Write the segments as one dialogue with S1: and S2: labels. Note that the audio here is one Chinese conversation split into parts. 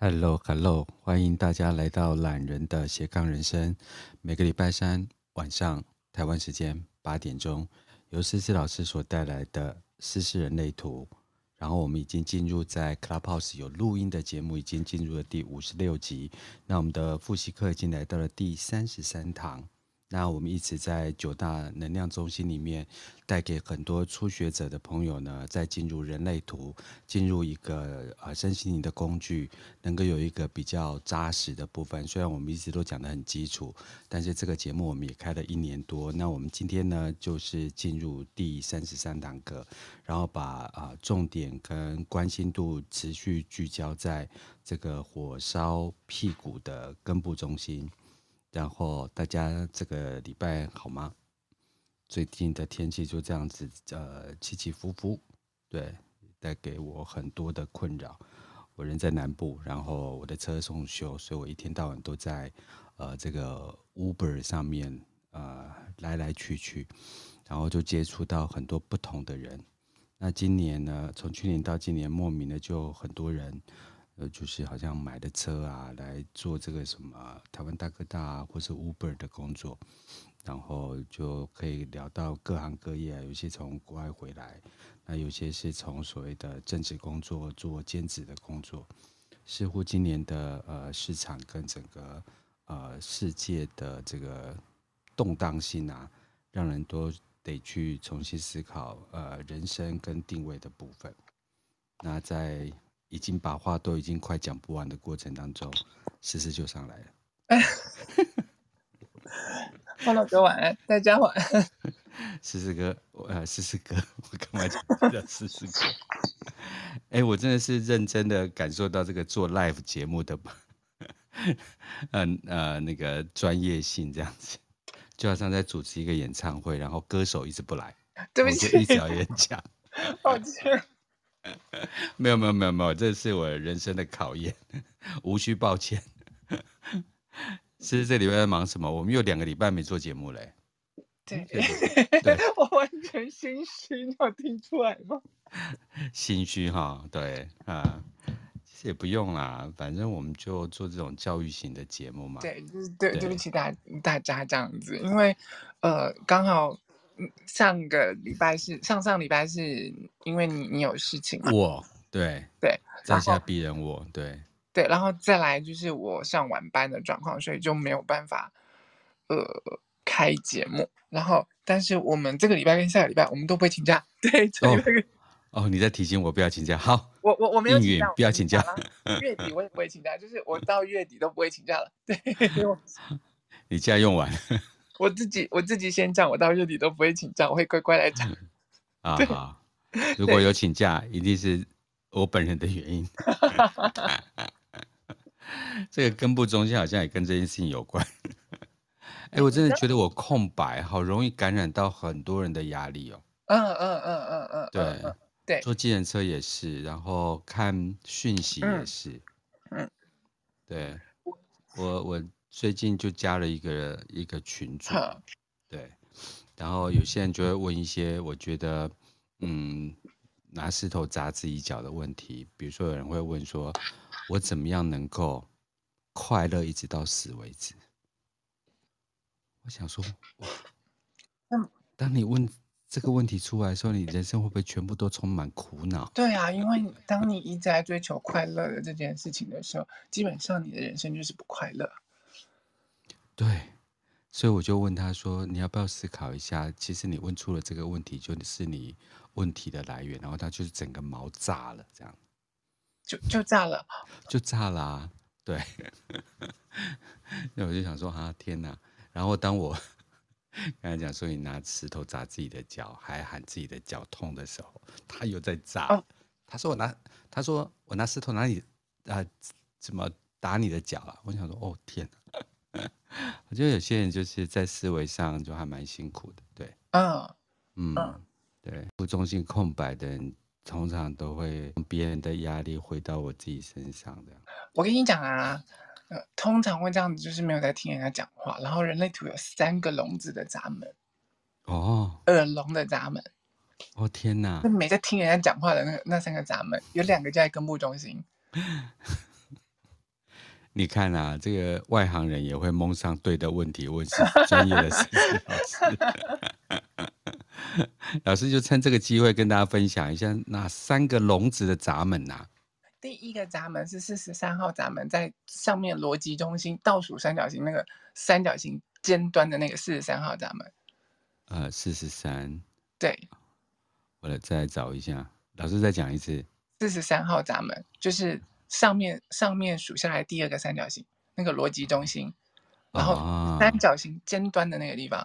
S1: Hello，Hello，欢迎大家来到懒人的斜杠人生。每个礼拜三晚上台湾时间八点钟，由思思老师所带来的思思人类图。然后我们已经进入在 Clubhouse 有录音的节目，已经进入了第五十六集。那我们的复习课已经来到了第三十三堂。那我们一直在九大能量中心里面，带给很多初学者的朋友呢，在进入人类图，进入一个呃身心灵的工具，能够有一个比较扎实的部分。虽然我们一直都讲得很基础，但是这个节目我们也开了一年多。那我们今天呢，就是进入第三十三堂课，然后把啊、呃重点跟关心度持续聚焦在这个火烧屁股的根部中心。然后大家这个礼拜好吗？最近的天气就这样子，呃，起起伏伏，对，带给我很多的困扰。我人在南部，然后我的车送修，所以我一天到晚都在呃这个 Uber 上面呃来来去去，然后就接触到很多不同的人。那今年呢，从去年到今年，莫名的就很多人，呃，就是好像买的车啊，来做这个什么台湾大哥大、啊、或是 Uber 的工作，然后就可以聊到各行各业啊，有些从国外回来，那有些是从所谓的正职工作做兼职的工作，似乎今年的呃市场跟整个呃世界的这个动荡性啊，让人都得去重新思考呃人生跟定位的部分。那在已经把话都已经快讲不完的过程当中，思思就上来了。
S2: 欢乐哥晚安，大家晚安。
S1: 思思哥，我呃，思思哥，我干嘛讲叫思思哥？哎、我真的是认真的感受到这个做 live 节目的，嗯呃那个专业性这样子，就好像在主持一个演唱会，然后歌手一直不来，
S2: 对不
S1: 我
S2: 起
S1: 哦就，一直要演讲。
S2: 抱歉。
S1: 没有没有没有没有，这是我人生的考验， 无需抱歉。 思思这礼拜在忙什么？我们有两个礼拜没做节目嘞、
S2: 对，
S1: 嗯 对
S2: 我完全心虚，你有听出来吗？
S1: 心虚哈，对啊，其实也不用啦，反正我们就做这种教育型的节目嘛。
S2: 对，就是对，
S1: 对
S2: 对不起大大家这样子，因为呃，刚好嗯上个礼拜是上上礼拜是因为你你有事情嘛，
S1: 我对
S2: 对，
S1: 在
S2: 然后
S1: 下鄙人我对
S2: 对，然后再来就是我上晚班的状况，所以就没有办法呃开节目。然后，但是我们这个礼拜跟下个礼拜我们都不会请假，对，这个礼拜跟
S1: 哦，你在提醒我不要请假，好，
S2: 我我我没有
S1: 应
S2: 请
S1: 允
S2: 假，我
S1: 不要
S2: 没
S1: 请
S2: 假 啦。月底我也不会请假，就是我到月底都不会请假了。 对，我
S1: 你假用完
S2: 我自己我自己先讲，我到月底都不会请假，我会乖乖来讲。
S1: 啊好，如果有请假，一定是我本人的原因。 这个根部中心好像也跟这件事情有关。哎、我真的觉得我空白，好容易感染到很多人的压力哦。
S2: 嗯嗯嗯嗯嗯，
S1: 对
S2: 嗯嗯对
S1: 坐计程车也是，然后看讯息也
S2: 嗯
S1: 是。
S2: 嗯
S1: 对，我我最近就加了一个一个群组，
S2: 好
S1: 对，然后有些人就会问一些我觉得嗯拿石头砸自己脚的问题，比如说有人会问说，我怎么样能够快乐一直到死为止？我想说，
S2: 嗯
S1: 当你问这个问题出来的时候，你人生会不会全部都充满苦恼？
S2: 对啊，因为当你一直在追求快乐的这件事情的时候，基本上你的人生就是不快乐。
S1: 对，所以我就问他说：“你要不要思考一下？其实你问出了这个问题，就是你问题的来源。”然后他就是整个毛炸了，这样
S2: 就就炸了，
S1: 就炸啦、对， 那我就想说：“啊，天哪！”然后当我 刚才讲说你拿石头砸自己的脚，还喊自己的脚痛的时候，他又在炸。
S2: 哦
S1: 他说：“我拿，他说我拿石头拿你啊、怎么打你的脚啊？”我想说：“哦，天哪！” 我觉得有些人就是在思维上就还蛮辛苦的，对。
S2: 嗯，
S1: 嗯
S2: 嗯，
S1: 对，不中性空白的人，通常都会让别人的压力回到我自己身上这样。
S2: 我跟你讲啊，呃，通常会这样子，就是没有在听人家讲话。然后人类图有三个笼子的闸门，
S1: 哦，
S2: 耳聋的闸门，
S1: 哦天哪
S2: 就！没在听人家讲话的那个那三个闸门，有两个就在根部中心。
S1: 你看啊，这个外行人也会蒙上对的问题，问是专业的事情。老师， 老师就趁这个机会跟大家分享一下哪三个笼子的闸门啊呐、
S2: 第一个闸门是四十三号闸门，在上面逻辑中心倒数三角形那个三角形尖端的那个四十三号闸门。
S1: 呃，四十三，
S2: 对，
S1: 我来再找一下。老师再讲一次，
S2: 四十三号闸门就是上面上面数下来第二个三角形那个逻辑中心，然后
S1: 啊
S2: 三角形尖端的那个地方，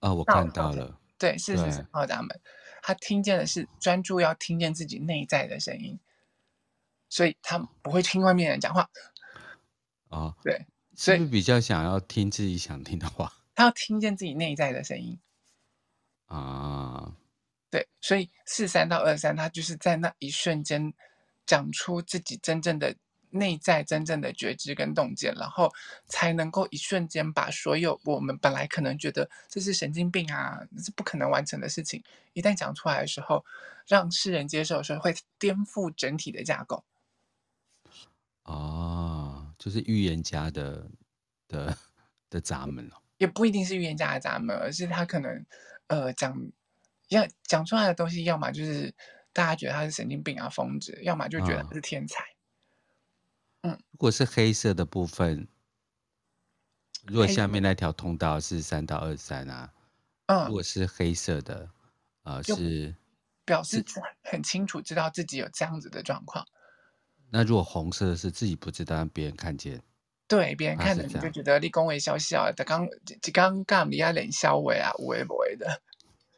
S1: 啊，我
S2: 那我
S1: 看
S2: 了
S1: 到
S2: 解
S1: 了，
S2: 对，四十
S1: 对
S2: 三号闸门，他听见的是专注要听见自己内在的声音，所以他不会听外面的人讲话，
S1: 哦，
S2: 对，所
S1: 是不
S2: 以
S1: 是比较想要听自己想听的话
S2: 他要听见自己内在的声音。
S1: 啊？
S2: 对，所以四三到二三，他就是在那一瞬间讲出自己真正的内在、真正的觉知跟洞见，然后才能够一瞬间把所有我们本来可能觉得这是神经病啊，这是不可能完成的事情，一旦讲出来的时候，让世人接受的时候，会颠覆整体的架构。
S1: 哦，就是预言家的的的闸门哦。
S2: 也不一定是预言家的闸门，而是他可能呃讲要讲出来的东西，要么就是大家觉得他是神经病啊、疯子，要么就觉得
S1: 啊
S2: 他是天才。
S1: 如果是黑色的部分，如果
S2: 黑
S1: 下面那条通道是三到二三啊，如
S2: 嗯，
S1: 果是黑色的，呃，
S2: 就是表示出来很清楚知道自己有这样子的状况，
S1: 那如果红色的是自己不知道，让别人看见
S2: 对别人
S1: 啊
S2: 看
S1: 是
S2: 着你
S1: 这
S2: 就
S1: 样
S2: 觉得立功微笑笑，他刚这刚干你要脸笑微啊，无为不为的。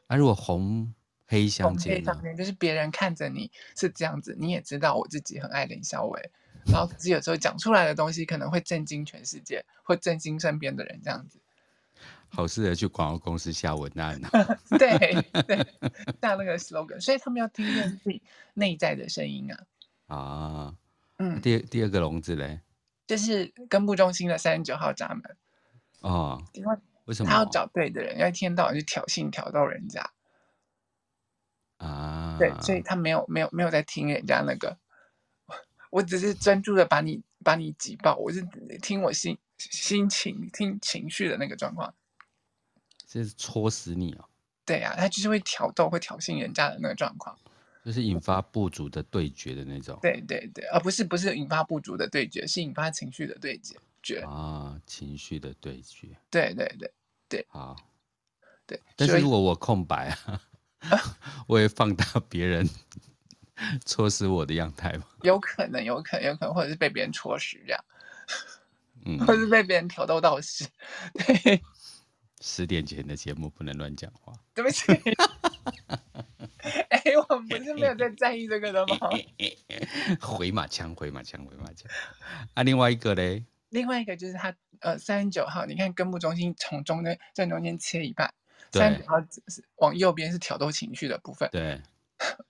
S1: 啊，如果红黑相
S2: 红黑
S1: 间呢
S2: 上？面就是别人看着你是这样子，你也知道我自己很爱林小伟，欸然后可是有时候讲出来的东西可能会震惊全世界，会震惊身边的人这样子。
S1: 好适合去广告公司下文案 哦
S2: 对对，像那个 slogan，所以他们要听见自己内在的声音啊。
S1: 啊。
S2: 嗯，
S1: 第二第二个笼子嘞，
S2: 这是根部中心的三十九号闸门，
S1: 哦，
S2: 因为
S1: 为什么
S2: 他要找对的人，要一天到晚去挑衅挑逗人家，
S1: 啊？
S2: 对，所以他没有没有没有在听人家那个， 我只是专注的把你把你挤爆，我是听我心心情听情绪的那个状况。
S1: 这是戳死你哦，
S2: 对呀、啊，他就是会挑逗，会挑衅人家的那个状况。
S1: 就是引发部族的对决的那种
S2: 对对对，而不是不是引发不足的对决，是引发情绪的对决。决
S1: 啊，情绪的对决。
S2: 对对对
S1: 好，
S2: 对，
S1: 但
S2: 所
S1: 是
S2: 以
S1: 如果我空白 啊，我会放大别人戳死我的样态嘛。
S2: 有可能，有可能，有可能，或者是被别人戳实这样，
S1: 嗯，
S2: 或者是被别人挑逗到死。对，
S1: 十点前的节目不能乱讲话。
S2: 对不起。 哎、我们不是没有在在意这个的吗？
S1: 回马枪，回马枪，回马枪。啊，另外一个嘞，
S2: 另外一个就是他呃三十九号，你看根部中心从中间正中间切一半，
S1: 对
S2: 三十九号只是往右边是挑逗情绪的部分，
S1: 对，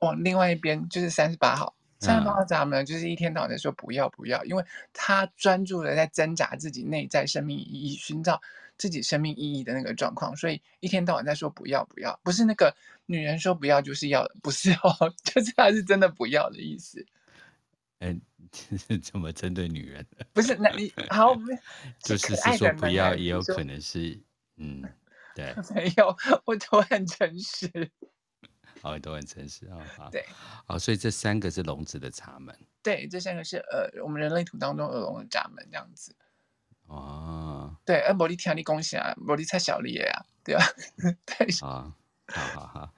S2: 往另外一边就是三十八号。三十八
S1: 嗯
S2: 号咱们就是一天到晚在说不要不要，因为他专注的在挣扎自己内在生命意义，寻找自己生命意义的那个状况，所以一天到晚在说不要不要，不是那个女人说不要就是要的，不是哦， 就是他是真的不要的意思，
S1: 嗯、 怎么针对女人？
S2: 不是那你好，不 是
S1: 就是
S2: 可爱
S1: 是说
S2: 的
S1: 不
S2: 男
S1: 要，
S2: 人
S1: 也有
S2: 说
S1: 可能是，嗯， 对，
S2: 没有，我都很诚实。
S1: 好，都很诚实啊、哦。好，
S2: 对，
S1: 好，所以这三个是笼子的闸门
S2: 对，这三个是呃，我们人类图当中耳聋的闸门这样子。
S1: 哦。
S2: 对，呃，摩利听你恭喜啊，摩利才小丽啊，对吧？ 对，
S1: 啊，好好好，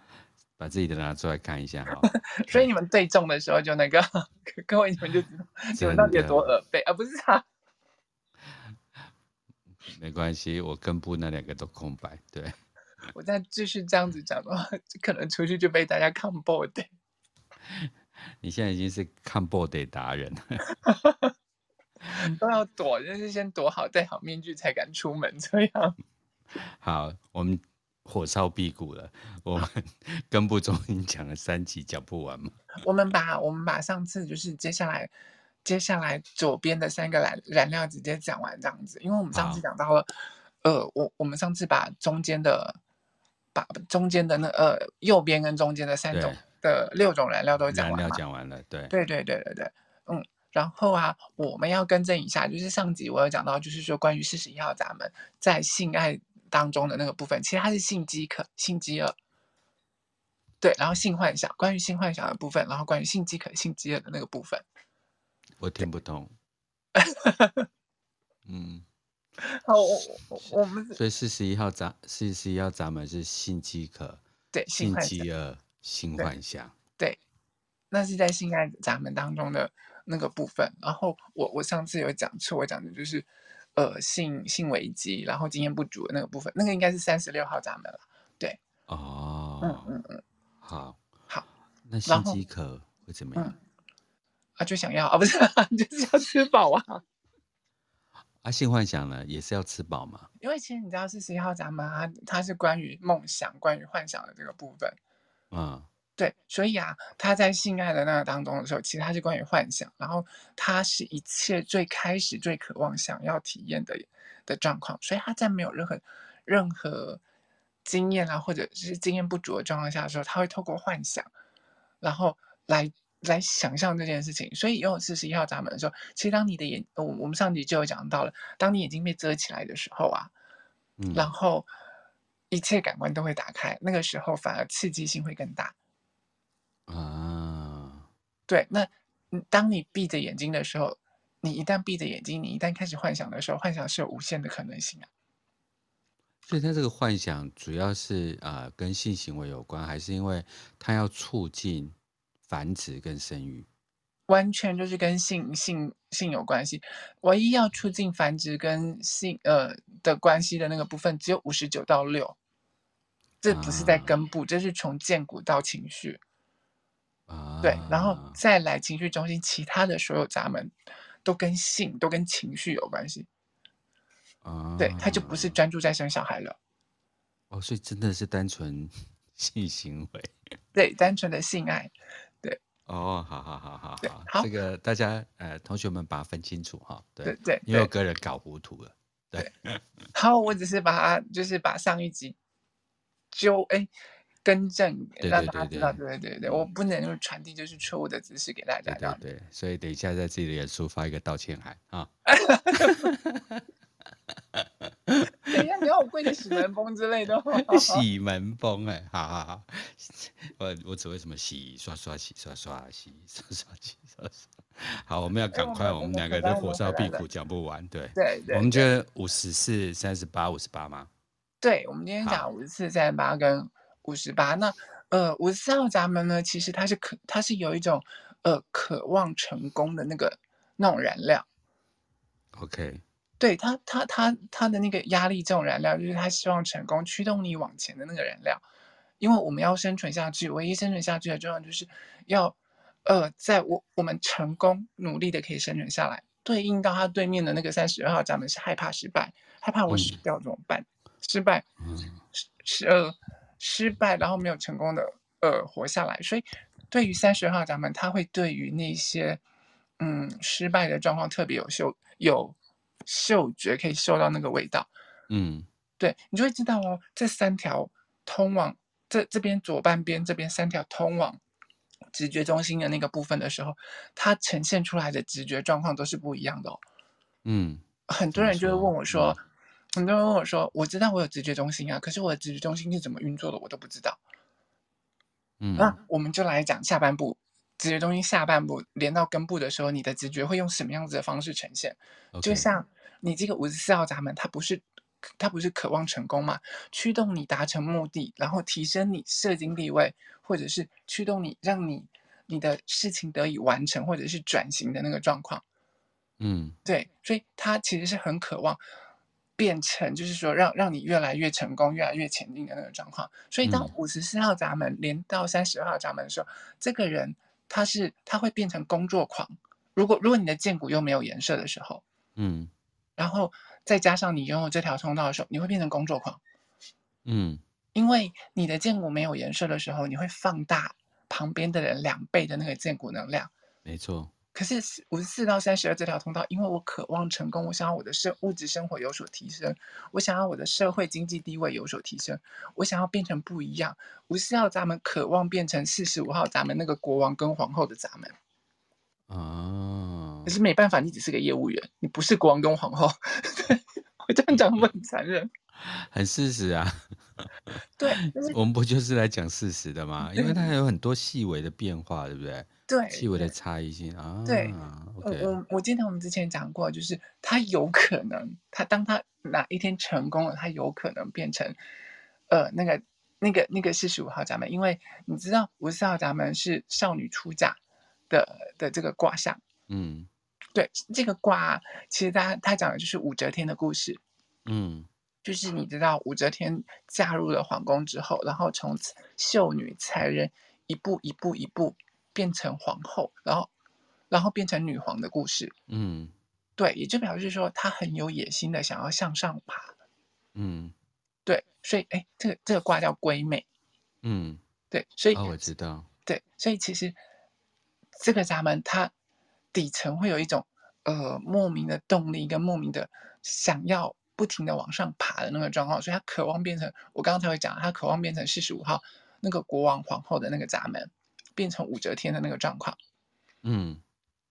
S1: 把自己的拿出来看一下哦哈。
S2: 所以你们对中的时候就那个， 各位你们就知道 你
S1: 真
S2: 们到底有
S1: 的
S2: 多耳背啊，不是啊，
S1: 没关系，我根部那两个都空白。对，
S2: 我再继续这样子讲的话， 可能出去就被大家看爆的。
S1: 你现在已经是看 body 达人了。
S2: 都要躲，就是先躲好，戴好面具才敢出门这样。
S1: 好，我们火烧屁股了。我 们根部中心讲了三集，讲不完嘛。
S2: 我们把我们把上次就是接下来接下来左边的三个燃燃料直接讲完这样子，因为我们上
S1: 好
S2: 次讲到了，呃，我我们上次把中间的把中间的那呃右边跟中间的三种的六种燃料都
S1: 燃
S2: 讲完
S1: 料
S2: 嘛，
S1: 讲完了，对，
S2: 对对对对对，嗯，然后啊，我们要更正一下，就是上集我有讲到，就是说关于四十一号闸门在性爱当中的那个部分，其实它是性饥渴、性饥饿。对，然后性幻想，关于性幻想的部分，然后关于性饥渴、性饥饿的那个部分，
S1: 我听不 懂。嗯，
S2: 好，哦我我我们
S1: 所以四十一号闸四十一号闸门是性饥渴、
S2: 对性
S1: 性
S2: 幻想，
S1: 饥饿、性
S2: 对
S1: 幻想。
S2: 那是在性爱闸门当中的那个部分。然后我我上次有讲错，我讲的就是呃性性危机，然后经验不足的那个部分，那个应该是三十六号闸门了。嗯
S1: 哦，
S2: 嗯嗯，
S1: 好，
S2: 好，
S1: 那性
S2: 然后
S1: 饥渴会怎么样？
S2: 嗯啊就想要啊不是、 啊、就是要吃饱啊。
S1: 啊，性幻想呢，也是要吃饱嘛。
S2: 因为其实你知道四十一号闸门啊，它它是关于梦想、关于幻想的这个部分，
S1: 嗯，
S2: 对，所以啊，它在性爱的那个当中的时候，其实它是关于幻想，然后它是一切最开始最渴望想要体验的的状况，所以它在没有任何任何经验啊，或者是经验不足的状况下的时候，它会透过幻想，然后来。来想象这件事情，所以拥有四十一号闸门的时候，其实当你的眼，我我们上集就有讲到了，当你眼睛被遮起来的时候啊，
S1: 嗯
S2: 然后一切感官都会打开，那个时候反而刺激性会更大。
S1: 啊，
S2: 对，那嗯当你闭着眼睛的时候，你一旦闭着眼睛，你一旦开始幻想的时候，幻想是有无限的可能性啊。
S1: 所以他这个幻想主要是啊、呃跟性行为有关，还是因为他要促进繁殖跟生育？
S2: 完全就是跟性性性有关系，唯一要促进繁殖跟性呃的关系的那个部分只有五十九到六，这不是在
S1: 啊
S2: 根部，这是从见骨到情绪。
S1: 啊，
S2: 对，然后再来情绪中心，其他的所有闸门都跟性、都跟情绪有关系。
S1: 啊，
S2: 对，他就不是专注在生小孩了，
S1: 哦，所以真的是单纯 性行为。
S2: 对，单纯的性爱。
S1: 哦，好好好好
S2: 对
S1: 好，
S2: 好
S1: 这个大家呃，同学们把它分清楚哈。
S2: 对
S1: 对，
S2: 对
S1: 因为我
S2: 对。
S1: 个人搞糊涂了。
S2: 好，我只是把它就是把上一集纠哎更正，
S1: 对
S2: 让
S1: 对
S2: 大家
S1: 对
S2: 知道，
S1: 对
S2: 对对对对，我不能用传递就是错误的知识给大
S1: 对
S2: 家，
S1: 对
S2: 让
S1: 对，所以等一下在自己的脸书发一个道歉函啊。
S2: 等一下你要我跪着洗门风之 类的吗？
S1: 洗门风哎、好好好，我我只会什么洗刷刷洗刷刷洗刷刷洗刷刷。好，我们要
S2: 哎
S1: 赶
S2: 我
S1: 快，
S2: 们
S1: 我
S2: 我
S1: 们
S2: 们
S1: 两
S2: 回
S1: 个
S2: 来
S1: 都
S2: 我
S1: 火
S2: 们
S1: 烧
S2: 回来
S1: 屁
S2: 了
S1: 股讲不完。对，
S2: 对对，
S1: 我们
S2: 对
S1: 觉得五十四、三十八、五十八吗？
S2: 对，我们今天
S1: 好
S2: 讲五十四、三十八跟五十八。那呃，五十四号闸门呢，其实它是渴，它是有一种呃渴望成功的那个那种燃料。
S1: ，OK，
S2: 对他，他他他的那个压力这种燃料，就是他希望成功驱动你往前的那个燃料。因为我们要生存下去，唯一生存下去的重要就是要，呃，在我我们成功努力的可以生存下来。对应到他对面的那个三十二号闸门是害怕失败，害怕我死
S1: 嗯
S2: 掉怎么办？失败
S1: 嗯
S2: 失失呃失败，然后没有成功的呃活下来。所以对于三十号闸门，他会对于那些嗯失败的状况特别有嗅有嗅觉，可以嗅到那个味道。
S1: 嗯
S2: 对你就会知道哦，这三条通往这这边左半边这边三条通往直觉中心的那个部分的时候，它呈现出来的直觉状况都是不一样的哦。
S1: 嗯，
S2: 很
S1: 怎
S2: 多
S1: 么
S2: 人就会
S1: 说
S2: 问我说，很多人问我说，我知道我有直觉中心啊，可是我的直觉中心是怎么运作的，我都不知道。
S1: 嗯
S2: 那我们就来讲下半部，直觉中心下半部连到根部的时候，你的直觉会用什么样子的方式呈现？就
S1: ，OK，
S2: 像你这个五十四号闸门，它不是它不是渴望成功嘛，驱动你达成目的，然后提升你社经地位，或者是驱动你让你你的事情得以完成，或者是转型的那个状况。
S1: 嗯
S2: 对，所以他其实是很渴望变成，就是说让让你越来越成功、越来越前进的那个状况。所以当
S1: 嗯
S2: 五十四号闸门连到三十二号闸门的时候，这个人他是他会变成工作狂。如果如果你的剑骨又没有颜色的时候，
S1: 嗯
S2: 然后再加上你拥有这条通道的时候，你会变成工作狂，
S1: 嗯
S2: 因为你的剑骨没有颜色的时候，你会放大旁边的人两倍的那个剑骨能量。
S1: 没错，
S2: 可是五十四到三十二这条通道，因为我渴望成功，我想要我的生物质生活有所提升，我想要我的社会经济地位有所提升，我想要变成不一样。五十四号闸门渴望变成四十五号闸门那个国王跟皇后的闸门，
S1: 哦，
S2: 可可是没办法，你只是个业务员，你不是国王跟皇后。 对我这样讲会不会很残忍？
S1: 很事实啊，
S2: 对，就是
S1: 我们不就是来讲事实的吗？因为它
S2: 对
S1: 有很多细微的变化，对不对？
S2: 对，
S1: 细微的差异性啊。
S2: 对我
S1: OK，
S2: 呃嗯我我记得我们之前讲过，就是他有可能，他当他哪一天成功了，他有可能变成，呃，那个那个那个四十五号闸门，因为你知道五十四号闸门是少女出嫁的的这个卦象，
S1: 嗯
S2: 对，这个卦啊其实它它讲的就是武则天的故事，
S1: 嗯
S2: 就是你知道武则天嫁入了皇宫之后，然后从此秀女才人一步一步一步变成皇后，然后然后变成女皇的故事。
S1: 嗯
S2: 对，也就表示说他很有野心的想要向上爬。
S1: 嗯
S2: 对，所以哎，这个这个卦叫龟妹。
S1: 嗯，
S2: 对，所以、
S1: 啊，我知道。
S2: 对，所以其实这个闸门它底层会有一种呃莫名的动力跟莫名的想要不停的往上爬的那个状况，所以他渴望变成我刚刚才会讲，他渴望变成四十五号那个国王皇后的那个闸门，变成武则天的那个状况。
S1: 嗯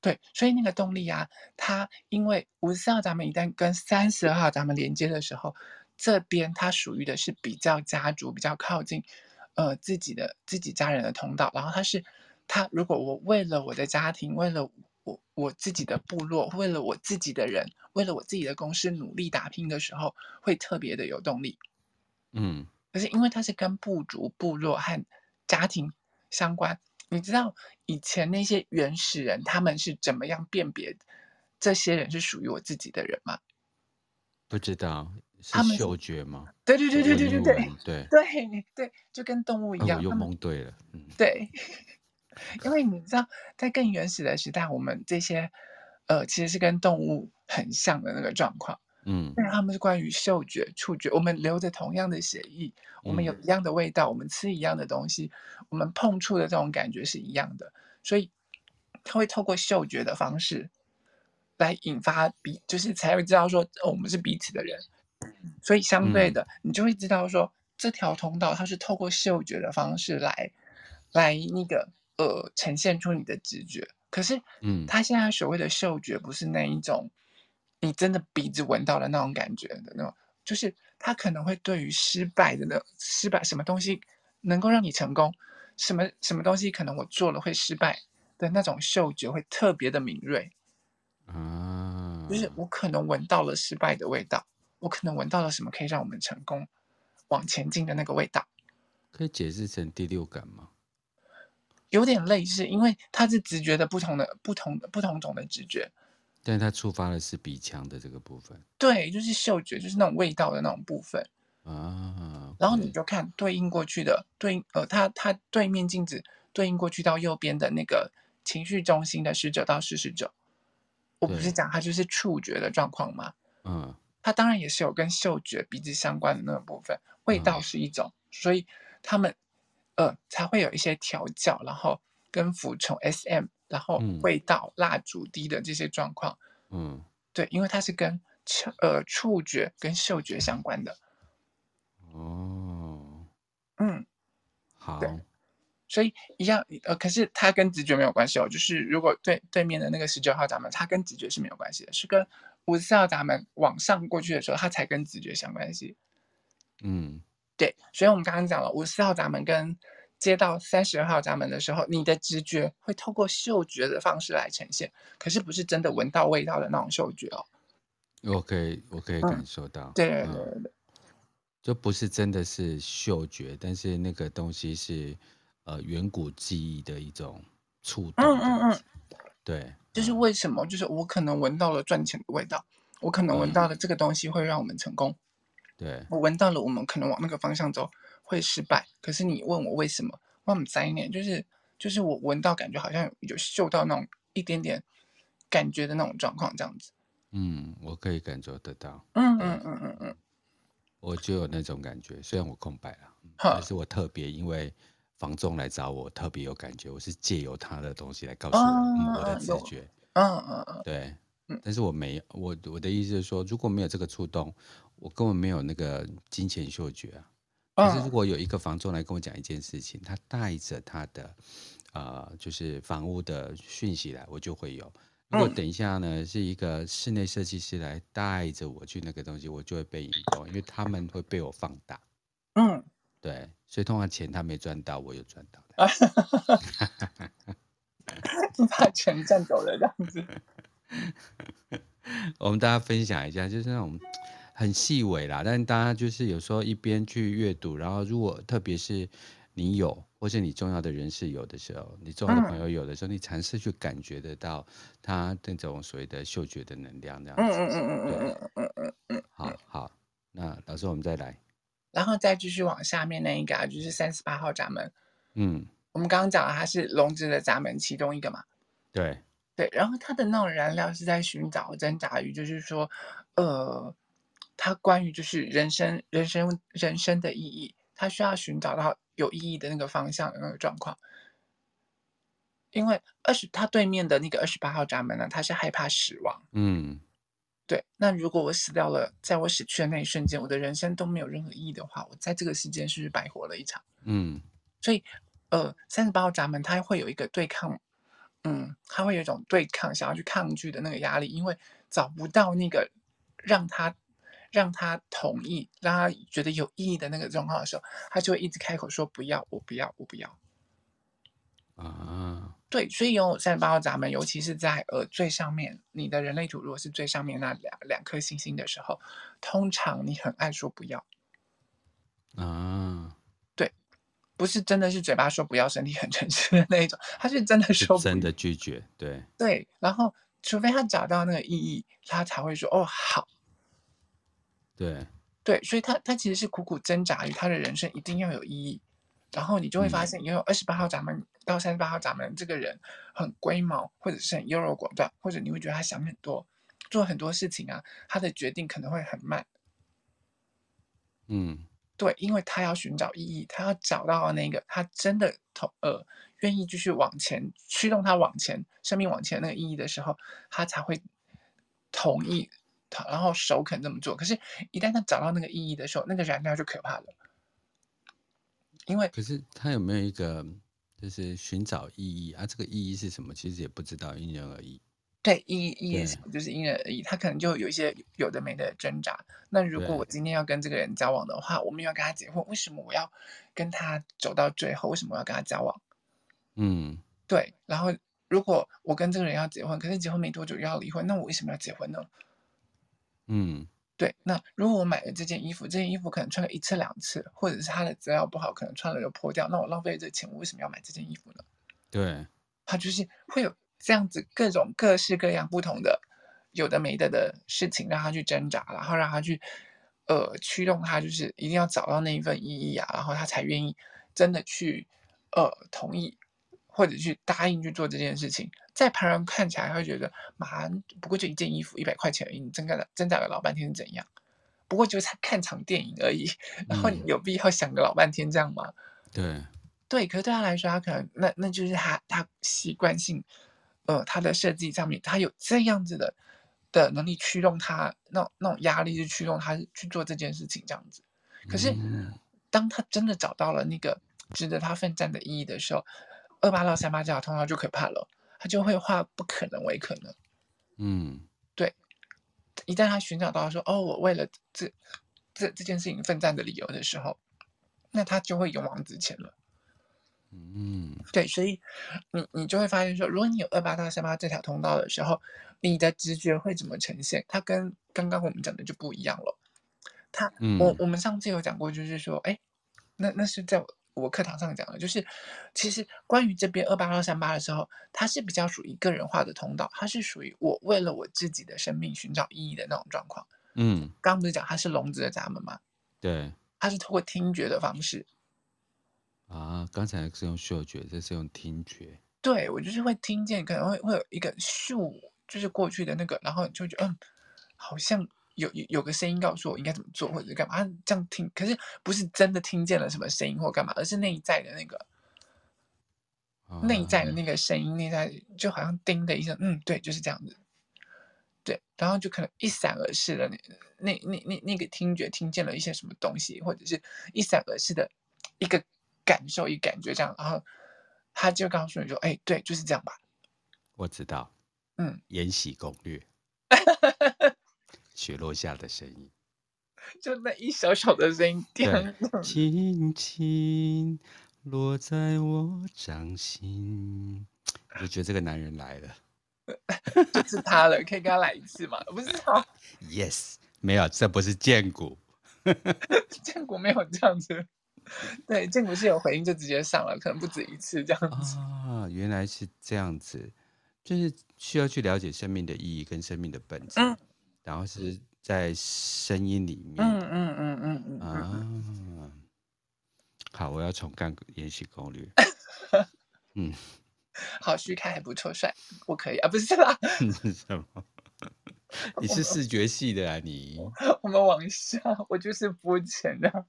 S2: 对，所以那个动力啊，它因为五十四号闸门一旦跟三十二号闸门连接的时候，这边它属于的是比较家族，比较靠近，呃，自己的自己家人的通道。然后它是，它如果我为了我的家庭，为了我我自己的部落，为了我自己的人，为了我自己的公司努力打拼的时候，会特别的有动力。
S1: 嗯
S2: 可是因为它是跟部族、部落和家庭相关，你知道以前那些原始人他们是怎么样辨别这些人是属于我自己的人吗？
S1: 不知道是
S2: 他们是
S1: 嗅觉吗？
S2: 对对对对
S1: 闻
S2: 对对
S1: 一
S2: 对
S1: 闻对。
S2: 对对，就跟动物一
S1: 哎，
S2: 样，
S1: 哦我又
S2: 他们
S1: 蒙对了。嗯
S2: 对， 因为你知道，在更原始的时代，我们这些呃其实是跟动物很像的那个状况。
S1: 嗯
S2: 但他们是关于嗅觉、触觉，我们流着同样的血液，我们有
S1: 嗯
S2: 一样的味道，我们吃一样的东西，我们碰触的这种感觉是一样的，所以他会透过嗅觉的方式来引发彼，就是才会知道说、哦我们是彼此的人，所以相对
S1: 嗯
S2: 的，你就会知道说这条通道它是透过嗅觉的方式来来那个呃呈现出你的直觉，可是
S1: 嗯
S2: 他现在所谓的嗅觉，不是那一种你真的鼻子闻到的那种感觉的那种，就是他可能会对于失败的那种失败什么东西能够让你成功，什么什么东西可能我做了会失败的那种嗅觉会特别的敏锐，
S1: 啊，
S2: 就是我可能闻到了失败的味道，我可能闻到了什么可以让我们成功往前进的那个味道。
S1: 可以解释成第六感吗？
S2: 有点类似，因为它是直觉的不同的不同不同种的直觉，
S1: 但它触发的是鼻腔的这个部分
S2: 对，就是嗅觉，就是那种味道的那种部分。
S1: 啊。
S2: 然后你就看对应过去的对应呃，它它对面镜子对应过去到右边的那个情绪中心的十九到四十九，我不
S1: 对
S2: 是讲它就是触觉的状况吗？
S1: 嗯
S2: 它当然也是有跟嗅觉、鼻子相关的那个部分，味道
S1: 嗯
S2: 是一种，所以他们呃才会有一些调教，然后跟服从 SM，然后
S1: 嗯
S2: 味道、蜡烛低的这些状况，
S1: 嗯
S2: 对，因为它是跟嗅呃触觉跟嗅觉相关的，
S1: 嗯哦，
S2: 嗯。
S1: 好，
S2: 所以一样，呃，可是它跟直觉没有关系哦。就是如果对对面的那个十九号闸门，它跟直觉是没有关系的，是跟五十四号闸门往上过去的时候，它才跟直觉相关系。
S1: 嗯
S2: 对，所以我们刚刚讲了五十四号闸门跟接到三十二号闸门的时候，你的直觉会透过嗅觉的方式来呈现，可是不是真的闻到味道的那种嗅觉哦。
S1: 我可以我可以
S2: 嗯
S1: 感受到，
S2: 对对对
S1: 嗯，
S2: 对对，
S1: 就不是真的是嗅觉，但是那个东西是呃远古记忆的一种触
S2: 嗯
S1: 动，这
S2: 嗯
S1: 样
S2: 嗯
S1: 子，对，
S2: 就是为什么？就是我可能闻到了赚钱的味道，我可能闻
S1: 嗯
S2: 到了这个东西会让我们成功。
S1: 对，
S2: 我闻到了，我们可能往那个方向走会失败。可是你问我为什么，我很在念，就是就是我闻到感觉好像有有嗅到那种一点点感觉的那种状况，这样子。
S1: 嗯，我可以感受得到，
S2: 嗯
S1: 对
S2: 嗯嗯嗯嗯，
S1: 我就有那种感觉，虽然我空白了，嗯
S2: 好
S1: 但是我特别因为房仲来找我，特别有感觉，我是借由他的东西来告诉我，嗯，我的
S2: 哦，
S1: 直
S2: 有，
S1: 觉，
S2: 嗯嗯嗯，
S1: 对，
S2: 嗯
S1: 但是我没有，我我的意思是说，如果没有这个触动，我根本没有那个金钱嗅觉啊。可是如
S2: 嗯
S1: 果有一个房仲来跟我讲一件事情，他带着他的呃，就是房屋的讯息来，我就会有。如果等一下呢，是一个室内设计师来带着我去那个东西，我就会被引动，因为他们会被我放大。
S2: 嗯，
S1: 对，所以通常钱他没赚到，我有赚到的。
S2: 就把钱赚走了这样子。
S1: 我们大家分享一下，就是那种很细微啦，但大家就是有时候一边去阅读，然后如果特别是你有，或是你重要的人士有的时候，你重要的
S2: 嗯
S1: 朋友有的时候，你尝试去感觉得到他那种所谓的嗅觉的能量，这
S2: 嗯
S1: 样子。
S2: 嗯嗯嗯嗯嗯
S1: 对，
S2: 嗯嗯嗯嗯。
S1: 好好，那老师我们再来，
S2: 然后再继续往下面那一个啊，就是三十八号闸门。
S1: 嗯，
S2: 我们刚刚讲了它是龙之的闸门其中一个嘛，
S1: 对，
S2: 对。然后它的那种燃料是在寻找挣扎于，就是说，呃，它关于就是人生、人生、人生的意义，它需要寻找到有意义的那个方向的那个状况。因为二十，它对面的那个二十八号闸门呢，它是害怕死亡。
S1: 嗯
S2: 对，那如果我死掉了，在我死去的那一瞬间，我的人生都没有任何意义的话，我在这个世间是不是白活了一场？
S1: 嗯
S2: 所以，呃，三十八号闸门它会有一个对抗，嗯，它会有一种对抗，想要去抗拒的那个压力，因为找不到那个让他让他同意、让他觉得有意义的那个状况的时候，他就会一直开口说不要，我不要，我不要。
S1: 啊，
S2: 对，所以有三十八号闸门，尤其是在呃最上面，你的人类图如果是最上面那两两颗星星的时候，通常你很爱说不要，
S1: 啊，
S2: 不是真的是嘴巴说不要，身体很诚实的那一种，他是真的
S1: 是
S2: 说不
S1: 真
S2: 要
S1: 的拒绝，对，
S2: 对，然后除非他找到那个意义，他才会说哦好。
S1: 对，
S2: 对，所以他他其实是苦苦挣扎于他的人生一定要有意义，然后你就会发
S1: 嗯
S2: 现，拥有二十八号闸门到三十八号闸门这个人很龟毛，或者是很优柔寡断，或者你会觉得他想很多，做很多事情啊，他的决定可能会很慢。
S1: 嗯
S2: 对，因为他要寻找意义，他要找到那个他真的同呃愿意继续往前驱动他往前生命往前那个意义的时候，他才会同意，他然后首肯这么做。可是，一旦他找到那个意义的时候，那个燃料就可怕了，因为
S1: 可是他有没有一个就是寻找意义啊？这个意义是什么？其实也不知道，因人而异。
S2: 对意义意义是
S1: 对
S2: 就是因人而异，他可能就有一些有的没的挣扎。那如果
S1: 对
S2: 我今天要跟这个人交往的话，我们要跟他结婚，为什么我要跟他走到最后？为什么我要跟他交往？
S1: 嗯
S2: 对，然后如果我跟这个人要结婚，可是结婚没多久又要离婚，那我为什么要结婚呢？
S1: 嗯
S2: 对，那如果我买了这件衣服，这件衣服可能穿了一次两次，或者是它的质量不好，可能穿了就破掉，那我浪费这个钱，我为什么要买这件衣服呢？
S1: 对，
S2: 它就是会有这样子各种各式各样不同的有的没的的事情让他去挣扎，然后让他去呃驱动他，就是一定要找到那一份意义啊，然后他才愿意真的去呃同意或者去答应去做这件事情。在旁人看起来会觉得，妈，不过就一件衣服一百块钱而已，你挣个挣扎个老半天是怎样？不过就是看场电影而已， 然后你
S1: 嗯
S2: 有必要想个老半天这样吗？
S1: 对，
S2: 对，可是对他来说，他可能那那就是他他习惯性，呃，他的设计上面，他有这样子的的能力驱动他，那种那种压力去驱动他去做这件事情这样子。可是
S1: 嗯
S2: 当他真的找到了那个值得他奋战的意义的时候，二八到三八这条通道就可怕了，他就会化不可能为可能。
S1: 嗯
S2: 一旦他寻找到说哦，我为了这这这件事情奋战的理由的时候，那他就会勇往直前了。
S1: 嗯
S2: 对，所以你你就会发现说，如果你有二八到三八这条通道的时候，你的直觉会怎么呈现？它跟刚刚我们讲的就不一样了。它，我
S1: 嗯
S2: 我们上次有讲过，就是说，哎，那那是在我我课堂上讲的，就是其实关于这边二八到三八的时候，它是比较属于个人化的通道，它是属于我为了我自己的生命寻找意义的那种状况。
S1: 嗯，
S2: 刚刚不是讲它是聋子的闸门嘛？
S1: 对
S2: 它是通过听觉的方式，
S1: 啊，刚才是用嗅觉，这是用听觉。
S2: 对，我就是会听见，可能会会有一个咻，就是过去的那个，然后你就觉得嗯，好像有有有个声音告诉我应该怎么做，或者是干嘛、啊这样听，可是不是真的听见了什么声音或干嘛，而是内在的那个
S1: 啊
S2: 内在的那个声音，内在就好像叮的一声，嗯，对，就是这样子，对，然后就可能一闪而逝的那那那那那个听觉听见了一些什么东西，或者是一闪而逝的一个感受一个感觉这样，然后他就告诉你说，哎，对，就是这样吧。
S1: 我知道，
S2: 嗯，
S1: 《延禧攻略》 雪落下的声音，
S2: 就那一小小的声音，
S1: 对
S2: 叮
S1: 轻轻落在我掌心，我就觉得这个男人来了。
S2: 就是他了，可以跟他来一次吗？不是啊，
S1: Yes，没有，这不是剑骨。
S2: 建国没有这样子。对，建国是有回应就直接上了，可能不止一次这样子。
S1: 啊，原来是这样子，就是需要去了解生命的意义跟生命的本质，
S2: 嗯
S1: 然后是在声音里面、
S2: 嗯嗯嗯嗯嗯嗯，
S1: 啊。好，我要重看《延禧攻 略》
S2: 好，徐凯还不错，帅，我可以啊，不是啦，
S1: 是什么？你是视觉系的啊，你
S2: 我们往下，我就是肤浅的。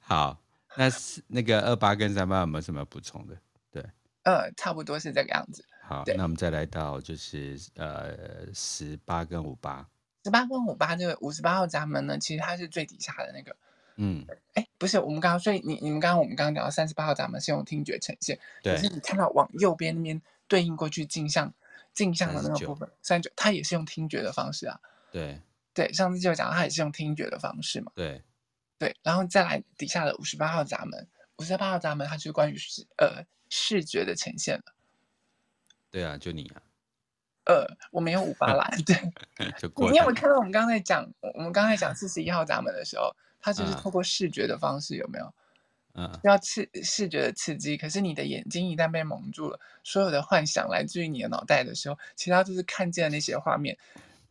S1: 好。那是那个二八跟三八有没有什么要补充的？
S2: 呃，差不多是这个样子。
S1: 好，
S2: 对
S1: 那我们再来到就是呃十八跟五八，
S2: 十八跟五八这个五十八号闸门呢，其实它是最底下的那个。
S1: 嗯，
S2: 哎，不是，我们刚刚，所以你你们刚刚我们刚刚讲到三十八号闸门是用听觉呈现，可
S1: 对
S2: 是，你看到往右边那边对应过去镜像镜像的那个
S1: 39
S2: 部分，三九，它也是用听觉的方式啊。
S1: 对，
S2: 对，上次就有讲到它也是用听觉的方式嘛。
S1: 对，
S2: 对，然后再来底下的五十八号闸门，五十八号闸门它就是关于视呃视觉的呈现了。
S1: 对啊，就你啊，
S2: 呃，我没有五 八啦，对，
S1: 就过
S2: 你有没有
S1: 来
S2: 看到我们刚才讲，我我们刚才讲四十一号闸门的时候，它就是
S1: 啊
S2: 透过视觉的方式，有没有？
S1: 嗯，
S2: 要刺视觉的刺激，可是你的眼睛一旦被蒙住了，所有的幻想来自于你的脑袋的时候，其他就是看见那些画面，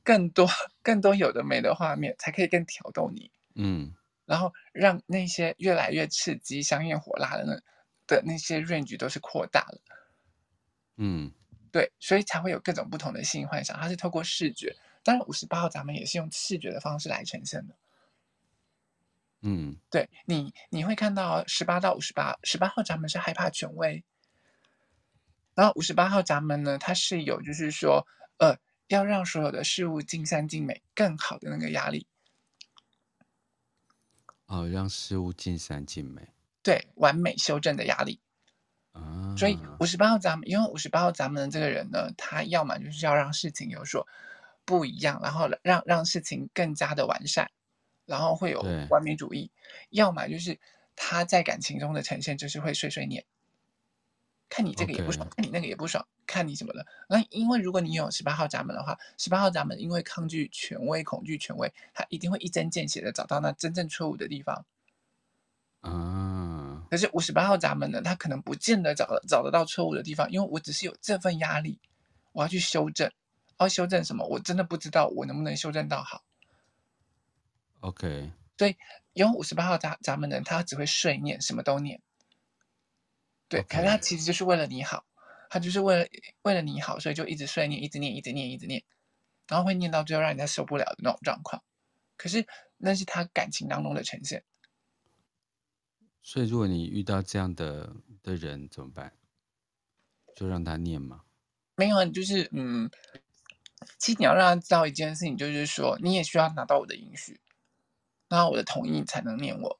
S2: 更多更多有的没的画面，才可以更挑逗你，
S1: 嗯，
S2: 然后让那些越来越刺激、香艳火辣的那的那些 range 都是扩大了，
S1: 嗯，
S2: 对，所以才会有各种不同的性幻想，它是透过视觉，当然五十八号咱们也是用视觉的方式来呈现的。
S1: 嗯，
S2: 对你，你会看到十八到五十八，十八号闸门是害怕权威，然后五十八号闸门呢，它是有就是说，呃，要让所有的事物尽善尽美更好的那个压力，
S1: 哦，让事物尽善尽美
S2: 对，完美修正的压力。
S1: 啊，
S2: 所以五十八号闸门，因为五十八号闸门的这个人呢，他要么就是要让事情有所不一样，然后让让事情更加的完善，然后会有
S1: 对
S2: 完美主义；要么就是他在感情中的呈现就是会碎碎念，看你这个也不爽
S1: OK
S2: 看你那个也不爽，看你什么的。那因为如果你有十八号闸门的话，十八号闸门因为抗拒权威、恐惧权威，他一定会一针见血的找到那真正错误的地方。
S1: 啊，
S2: 可是五十八号闸门呢，他可能不见得找找得到错误的地方，因为我只是有这份压力，我要去修正，要修正什么？我真的不知道我能不能修正到好。
S1: ，OK，
S2: 因为五十八号闸闸门人，他只会碎念，什么都念。对
S1: OK
S2: 可是他其实就是为了你好，他就是为了为了你好，所以就一直碎念，一直念，一直念，一直念，然后会念到最后让人家受不了的那种状况。可是那是他感情当中的呈现，
S1: 所以如果你遇到这样的的人怎么办？就让他念嘛，
S2: 没有啊，就是嗯，其实你要让他知道一件事情，就是说你也需要拿到我的允许，拿到我的同意你才能念我，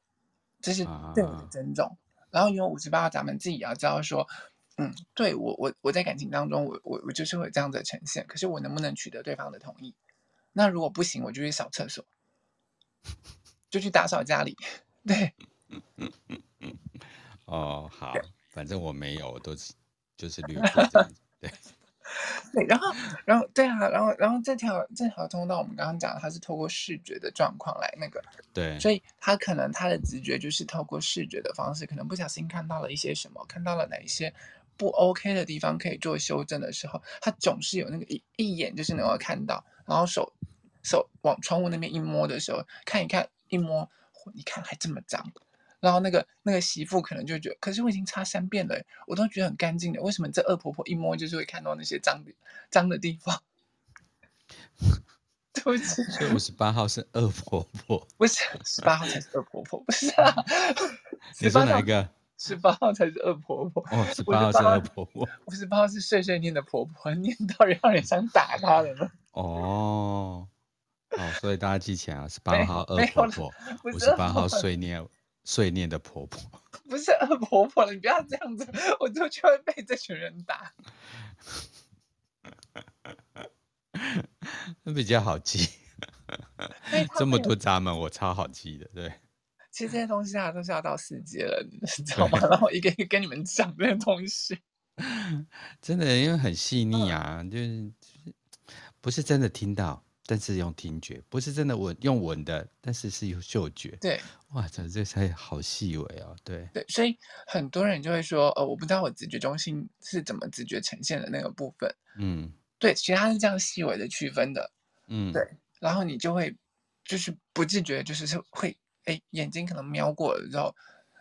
S2: 这是对我的
S1: 啊
S2: 尊重。然后因为五十八，咱们自己也要知道说，嗯，对我我我在感情当中，我我我就是会有这样子的呈现，可是我能不能取得对方的同意？那如果不行，我就去扫厕所， 就去打扫家里， 对
S1: 哦，好，反正我没有，我都是 就是略过这样子，对，
S2: 对，然后然后对啊，然后然后这条这条通道我们刚刚讲，它是透过视觉的状况来那个。
S1: 对，
S2: 所以他可能他的直觉就是透过视觉的方式，可能不小心看到了一些什么，看到了哪一些不 OK 的地方可以做修正的时候，他总是有那个一一眼就是能够看到，然后手手往窗户那边一摸的时候，看一看一摸，嚯你看还这么脏。然后那个那个媳妇可能就觉得，可是我已经擦三遍了，我都觉得很干净的，为什么这恶婆婆一摸就是会看到那些脏的脏的地方？ 对不起，
S1: 所以五十八号是恶婆婆，。
S2: 不是十八号才是恶婆婆，不是啊
S1: 嗯 你说哪一？个？
S2: 十八号才是恶婆婆，
S1: 哦，十八号是恶婆婆，
S2: 五十八号是碎碎念的婆婆， 念到让人想打她了呢。
S1: 哦，哦，所以大家记起来啊，十八号恶
S2: 没有
S1: 婆
S2: 了
S1: 婆，
S2: 不
S1: 五
S2: 是
S1: 十
S2: 恶
S1: 八号
S2: 婆婆
S1: 碎念碎念的婆婆。
S2: 不是恶婆婆了，你不要这样子，我就就会被这群人打。
S1: 比较好记。
S2: 所以他
S1: 这么
S2: 们有
S1: 多闸门，我超好记的。 对，
S2: 其实这些东西啊都是要到四阶了，你知道吗？然后一个一个跟你们讲这些东西。
S1: 真的，因为很细
S2: 嗯
S1: 腻啊，就是不是真的听到，但是用听觉；不是真的闻用闻的，但是是有嗅觉。
S2: 对
S1: 哇，这这才好细微哦。对，
S2: 对，所以很多人就会说，呃，我不知道我直觉中心是怎么直觉呈现的那个部分。
S1: 嗯
S2: 对，其实它是这样细微的区分的，
S1: 嗯，
S2: 对然后你就会就是不自觉，就是是会哎眼睛可能瞄过了之后，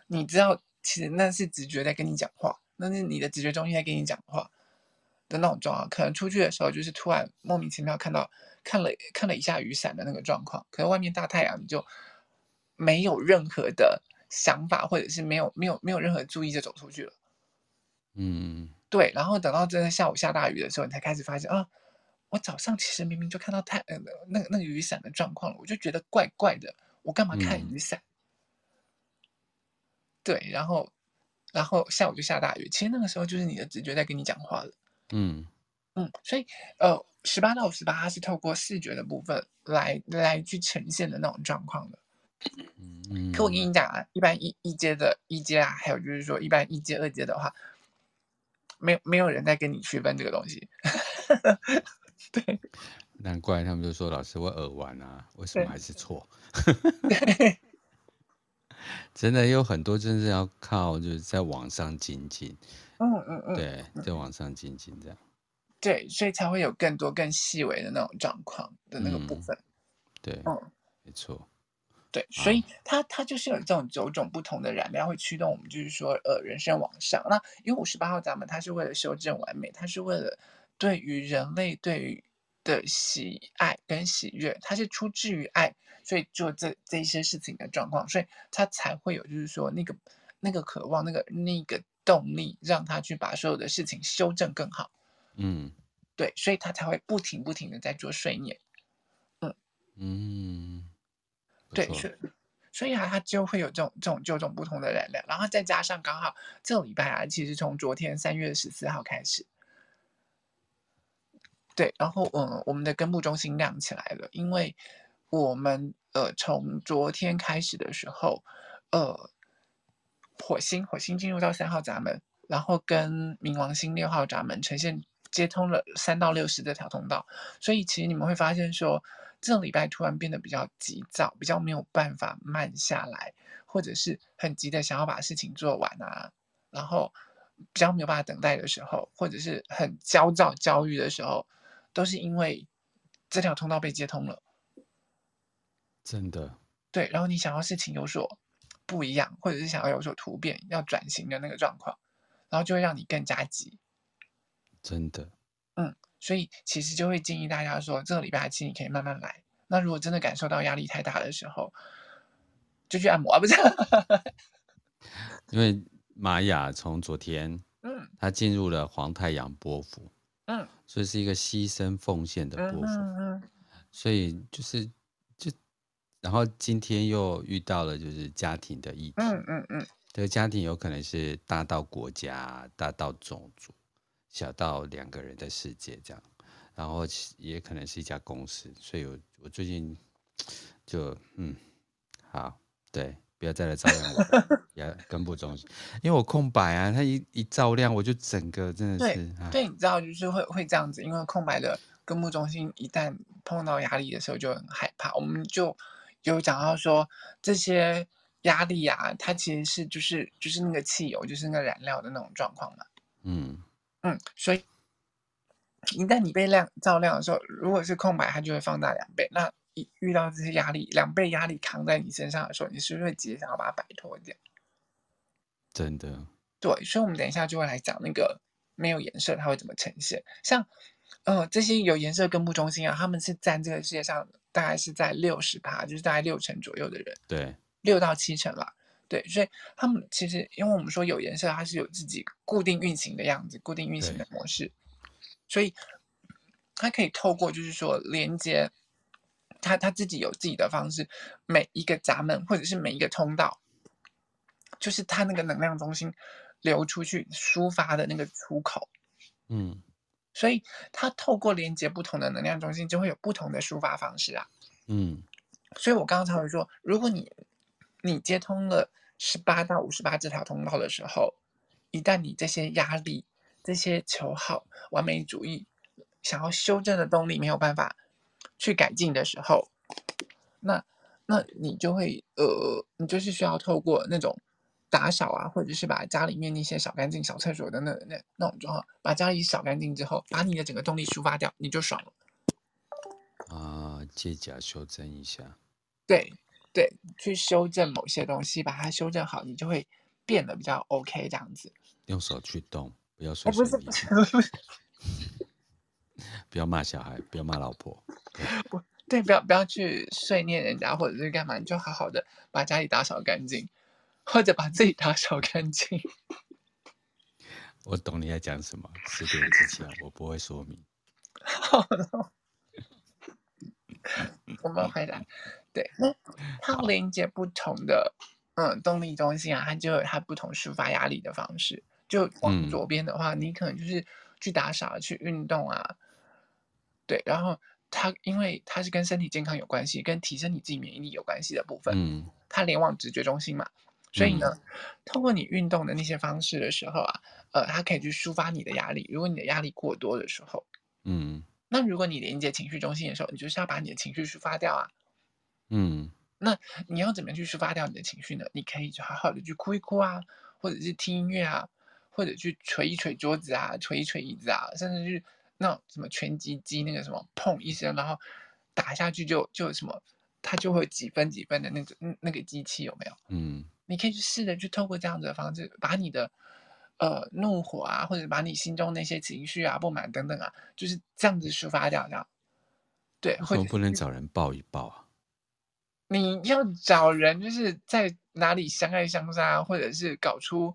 S2: 你知道其实那是直觉在跟你讲话，那是你的直觉中心在跟你讲话的那种状况。可能出去的时候就是突然莫名其妙看到看了看了一下雨伞的那个状况，可是外面大太阳，你就没有任何的想法，或者是没有没有没有任何注意就走出去了。
S1: 嗯
S2: 对，然后等到真的下午下大雨的时候，你才开始发现啊，我早上其实明明就看到太呃那个那个雨伞的状况了，我就觉得怪怪的，我干嘛看
S1: 嗯
S2: 雨伞？对，然后然后下午就下大雨，其实那个时候就是你的直觉在跟你讲话了。
S1: 嗯
S2: 嗯，所以呃，十八到十八，它是透过视觉的部分来来去呈现的那种状况的。
S1: 嗯。
S2: 可我跟你讲啊，一般一一阶的一阶啊，还有就是说一般一阶、二阶的话，没有没有人在跟你区分这个东西。对，
S1: 难怪他们就说老师我耳完啊，为什么
S2: 对
S1: 还是错？真的有很多真是要靠就是在网上精进，
S2: 嗯嗯嗯，
S1: 对，在网上精进这样。
S2: 对，所以才会有更多更细微的那种状况的那个部
S1: 嗯
S2: 分。
S1: 对，
S2: 嗯
S1: 没错。
S2: 对，所
S1: 哦
S2: 以它它就是有这种九种不同的燃料会驱动我们，就是说呃人生往上。那因为五十八号闸门，它是为了修正完美，它是为了对于人类对于的喜爱跟喜悦，它是出自于爱，所以做这这一些事情的状况，所以它才会有就是说那个那个渴望那个那个动力，让他去把所有的事情修正更好。
S1: 嗯
S2: 对，所以他才会不停不停的在做睡念。
S1: 嗯，不
S2: 对，
S1: 错
S2: 所以所以啊，它就会有这种这种九种不同的燃料，然后再加上刚好这个礼拜啊，其实从昨天三月十四号开始，对，然后嗯，我们的根部中心亮起来了，因为我们呃从昨天开始的时候，呃，火星火星进入到三号闸门，然后跟冥王星六号闸门呈现接通了三到六十这条通道，所以其实你们会发现说，这礼拜突然变得比较急躁，比较没有办法慢下来，或者是很急的想要把事情做完啊，然后比较没有办法等待的时候，或者是很焦躁、焦虑的时候，都是因为这条通道被接通了。
S1: 真的，
S2: 对，然后你想要事情有所不一样，或者是想要有所突变、要转型的那个状况，然后就会让你更加急。
S1: 真的，
S2: 所以其实就会建议大家说，这个礼拜其实你可以慢慢来。那如果真的感受到压力太大的时候，就去按摩啊，不是？
S1: 因为玛雅从昨天
S2: 嗯
S1: 她进入了黄太阳波幅，
S2: 嗯
S1: 所以是一个牺牲奉献的
S2: 嗯
S1: 波幅，
S2: 嗯嗯，
S1: 所以就是就，然后今天又遇到了就是家庭的议题，
S2: 嗯嗯嗯，
S1: 这个家庭有可能是大到国家，大到种族，小到两个人的世界这样，然后其也可能是一家公司，所以我我最近就嗯，好，对，不要再来照亮我 了，也根部中心，因为我空白啊，它一一照亮我就整个真的是啊，
S2: 对，你知道就是会会这样子，因为空白的根部中心一旦碰到压力的时候就很害怕。我们就有讲到说这些压力啊，它其实是就是就是那个汽油，就是那个燃料的那种状况嘛。
S1: 嗯
S2: 嗯，所以一旦你被亮照亮的时候，如果是空白，它就会放大两倍。那一遇到这些压力，两倍压力扛在你身上的时候，你是不是会急着想要把它摆脱掉？
S1: 真的，
S2: 对，所以我们等一下就会来讲那个没有颜色它会怎么呈现。像，呃，这些有颜色根部中心啊，他们是占这个世界上大概是在六十趴，就是大概六成左右的人。
S1: 对，
S2: 六到七成吧。对，所以他们其实，因为我们说有颜色，它是有自己固定运行的样子、固定运行的模式，所以它可以透过就是说连接它它自己有自己的方式，每一个闸门或者是每一个通道，就是它那个能量中心流出去抒发的那个出口，
S1: 嗯
S2: 所以它透过连接不同的能量中心，就会有不同的抒发方式啊。
S1: 嗯
S2: 所以我刚刚才会说，如果你你接通了十八到五十八这条通道的时候，一旦你这些压力、这些求好、完美主义、想要修正的动力没有办法去改进的时候，那那你就会呃，你就是需要透过那种打扫啊，或者是把家里面那些小干净、小厕所的那那那种状况，把家里扫干净之后，把你的整个动力抒发掉，你就爽了。
S1: 啊，借假修正一下。
S2: 对对，去修正某些东西，把它修正好，你就会变得比较 OK 这样子。
S1: 用手去动，不要随
S2: 哎，不
S1: 身
S2: 是
S1: 离
S2: 不
S1: 场
S2: 是，不是，
S1: 不要骂小孩，不要骂老婆。
S2: 对，不要不要去碎念人家或者是干嘛，你就好好的把家里打扫干净，或者把自己打扫干净。
S1: 我懂你在讲什 么，十点之前我不会说明。
S2: 我们回来，对，
S1: 嗯
S2: 那它连接不同的嗯动力中心啊，它就有它不同抒发压力的方式。就
S1: 嗯
S2: 往左边的话，你可能就是去打扫、去运动啊，对，然后它因为它是跟身体健康有关系，跟提升你自己免疫力有关系的部分，
S1: 嗯
S2: 它连往直觉中心嘛，所以呢，通过你运动的那些方式的时候啊，呃，它可以去抒发你的压力。如果你的压力过多的时候，
S1: 嗯
S2: 那如果你连接情绪中心的时候，你就是要把你的情绪抒发掉啊。
S1: 嗯
S2: 你要怎么样去抒发掉你的情绪呢？你可以好好的去哭一哭啊，或者是听音乐啊，或者去捶一捶桌子啊，捶一捶椅子啊，甚至是那种什么拳击机那个什么砰一声，然后打下去就就什么，它就会有几分几分的那个嗯那个机器有没有？
S1: 嗯
S2: 你可以去试着去透过这样子的方式，把你的呃怒火啊，或者把你心中那些情绪啊、不满等等啊，就是这样子抒发掉，这样对，
S1: 为
S2: 或
S1: 什么
S2: 者
S1: 不能找人抱一抱啊？
S2: 你要找人，就是在哪里相爱相杀，或者是搞出，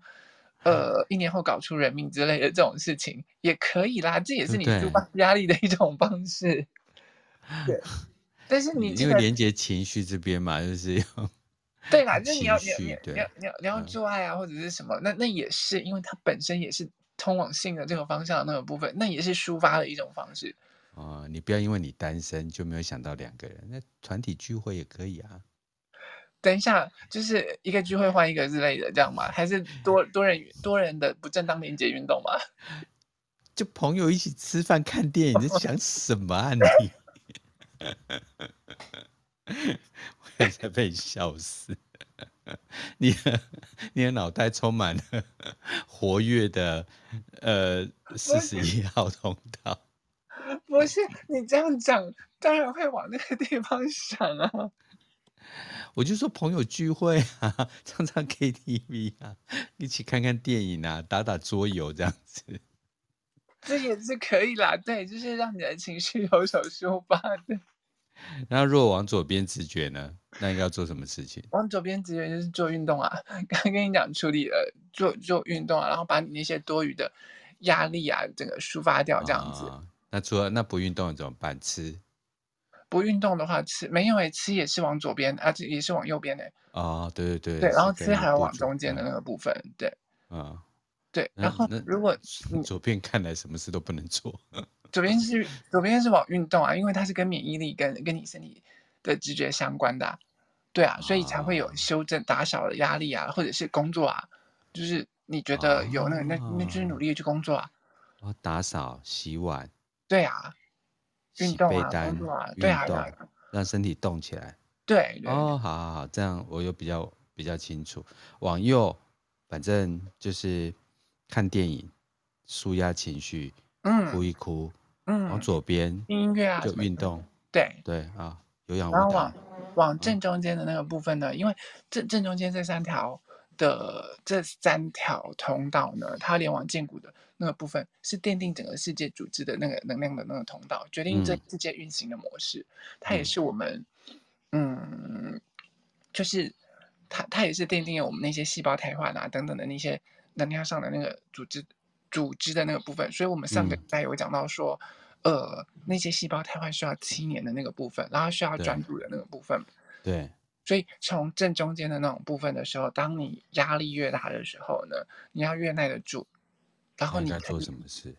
S1: 嗯
S2: 呃，一年后搞出人命之类的这种事情也可以啦，这也是
S1: 对
S2: 你
S1: 呃对
S2: 抒发压力的一种方式。 对，但是你
S1: 你
S2: 这
S1: 因为
S2: 个
S1: 连接情绪这边嘛， 就是用
S2: 对啦，就是你要你
S1: 情
S2: 要
S1: 绪
S2: 你要
S1: 对
S2: 你要你要你要
S1: 嗯
S2: 做爱啊，或者是什么，那那也是因为它本身也是通往性的这个方向的那个部分，那也是抒发的一种方式。
S1: 啊、你不要因为你单身就没有想到两个人，那团体聚会也可以啊。
S2: 等一下，就是一个聚会换一个之类的，这样吗？还是多多人多人的不正当连接运动吗？
S1: 就朋友一起吃饭看电影，你在 想什么啊你？ 我也在被你笑死。你的你的脑袋充满了 活跃的呃四十一号通道，
S2: 不是你这样讲，当然会往那个地方想啊。
S1: 我就说朋友聚会啊， 唱唱 KTV 啊，一起看看电影啊，打打桌游这样子。
S2: 这也是可以啦，对，就是让你的情绪有所抒发。对，
S1: 然后如果往左边直觉呢，那应该要做什么事情？
S2: 往左边直觉就是做运动啊，刚刚跟你讲处理了做做运动啊，然后把你那些多余的压力啊，整个抒发掉这样子。
S1: 啊那除了那不运动的怎么办？吃
S2: 不运动的话，吃没有诶、欸吃也是往左边，啊，这也是往右边诶、
S1: 哦，对对对，
S2: 对，然后
S1: 是
S2: 吃
S1: 跟
S2: 还
S1: 你嗯
S2: 要
S1: 不
S2: 往
S1: 准
S2: 中间的那个部分，对
S1: 嗯啊。
S2: 对。
S1: 那
S2: 然后
S1: 那
S2: 如果你
S1: 嗯 左边看来什么事都不能 做，
S2: 左边是左边是往运动啊，因为它是跟免疫力跟跟你身体的直觉相关的、啊，对啊，所以才会
S1: 啊
S2: 有修正打小的压力啊，或者是工作啊，就是你觉得有那个那那就是努力去工作啊，
S1: 哦，打扫、洗碗、
S2: 对啊，
S1: 洗
S2: 运动
S1: 被
S2: 啊，
S1: 单、
S2: 工作啊，
S1: 运
S2: 对啊，对
S1: 动
S2: 啊，
S1: 让身体动起来。
S2: 对对，
S1: 哦，好好好，这样我又比较比较清楚。往右，反正就是看电影，舒压情绪，哭
S2: 嗯
S1: 一哭。往
S2: 嗯，
S1: 左边
S2: 听音乐啊，
S1: 哦就
S2: 什么
S1: 运动，
S2: 对，
S1: 对啊，有氧舞
S2: 然后
S1: 蹈
S2: 往，
S1: 嗯
S2: 往正中间的那个部分呢，因为正正中间这三条的这三条通道呢，它连往胫骨的那个部分是奠定整个世界组织的那个能量的那个通道，决定这
S1: 嗯
S2: 世界运行的模式。它也
S1: 嗯
S2: 是我们，嗯，就是它它也是奠定了我们那些细胞胎化啊等等的那些能量上的那个组织组织的那个部分。所以我们上个
S1: 嗯
S2: 礼拜有讲到说。呃，那些细胞胎换需要七年的那个部分，然后需要
S1: 对
S2: 专注的那个部分，
S1: 对，
S2: 所以从正中间的那种部分的时候，当你压力越大的时候呢，你要越耐得住，然后
S1: 那应
S2: 你
S1: 该
S2: 可
S1: 做
S2: 以
S1: 什么事？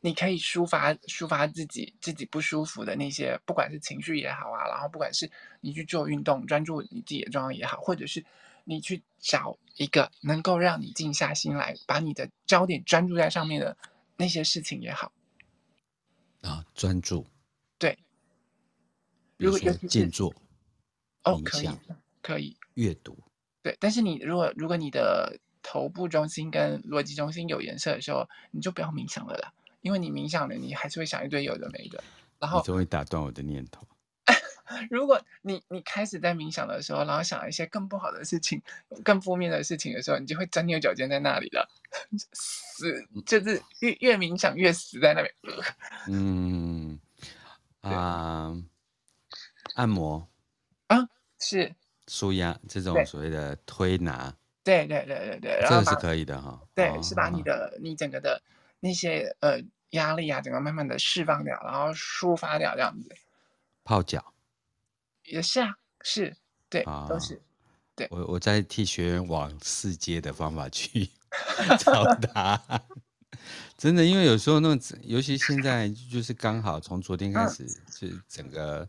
S2: 你可以抒发抒发自己自己不舒服的那些，不管是情绪也好啊，然后不管是你去做运动，专注你自己的状况也好，或者是你去找一个能够让你静下心来，把你的焦点专注在上面的那些事情也好，
S1: 啊，专注，
S2: 对，
S1: 比如
S2: 如果
S1: 说
S2: 尤其是
S1: 静坐、
S2: 哦，
S1: 冥
S2: 可以
S1: 想、
S2: 可以，
S1: 阅读，
S2: 对，但是你如果如果你的头部中心跟逻辑中心有颜色的时候，你就不要冥想了啦，因为你冥想了，你还是会想一堆有的没的。然
S1: 你
S2: 后，
S1: 终于打断我的念头。
S2: 如果你你开始在冥想的时候，然后想一些更不好的事情、更负面的事情的时候，你就会钻牛角尖在那里了， 死就是越越冥想越死在那边。
S1: 嗯啊、按摩、
S2: 是，
S1: 舒压这种
S2: 对
S1: 所谓的推拿，
S2: 对对对对对，
S1: 这
S2: 然后
S1: 个
S2: 把
S1: 是可以的哈。
S2: 对，
S1: 哦
S2: 是把你的你整个的那些呃压力啊，整个慢慢的释放掉，然后抒发掉这样子。
S1: 泡脚。
S2: 也是啊，是，对，
S1: 啊
S2: 都是，对
S1: 我我在替学员往四阶的方法去 找答案。 真的，因为有时候那种，尤其现在就是刚好从昨天开
S2: 嗯
S1: 始，是整个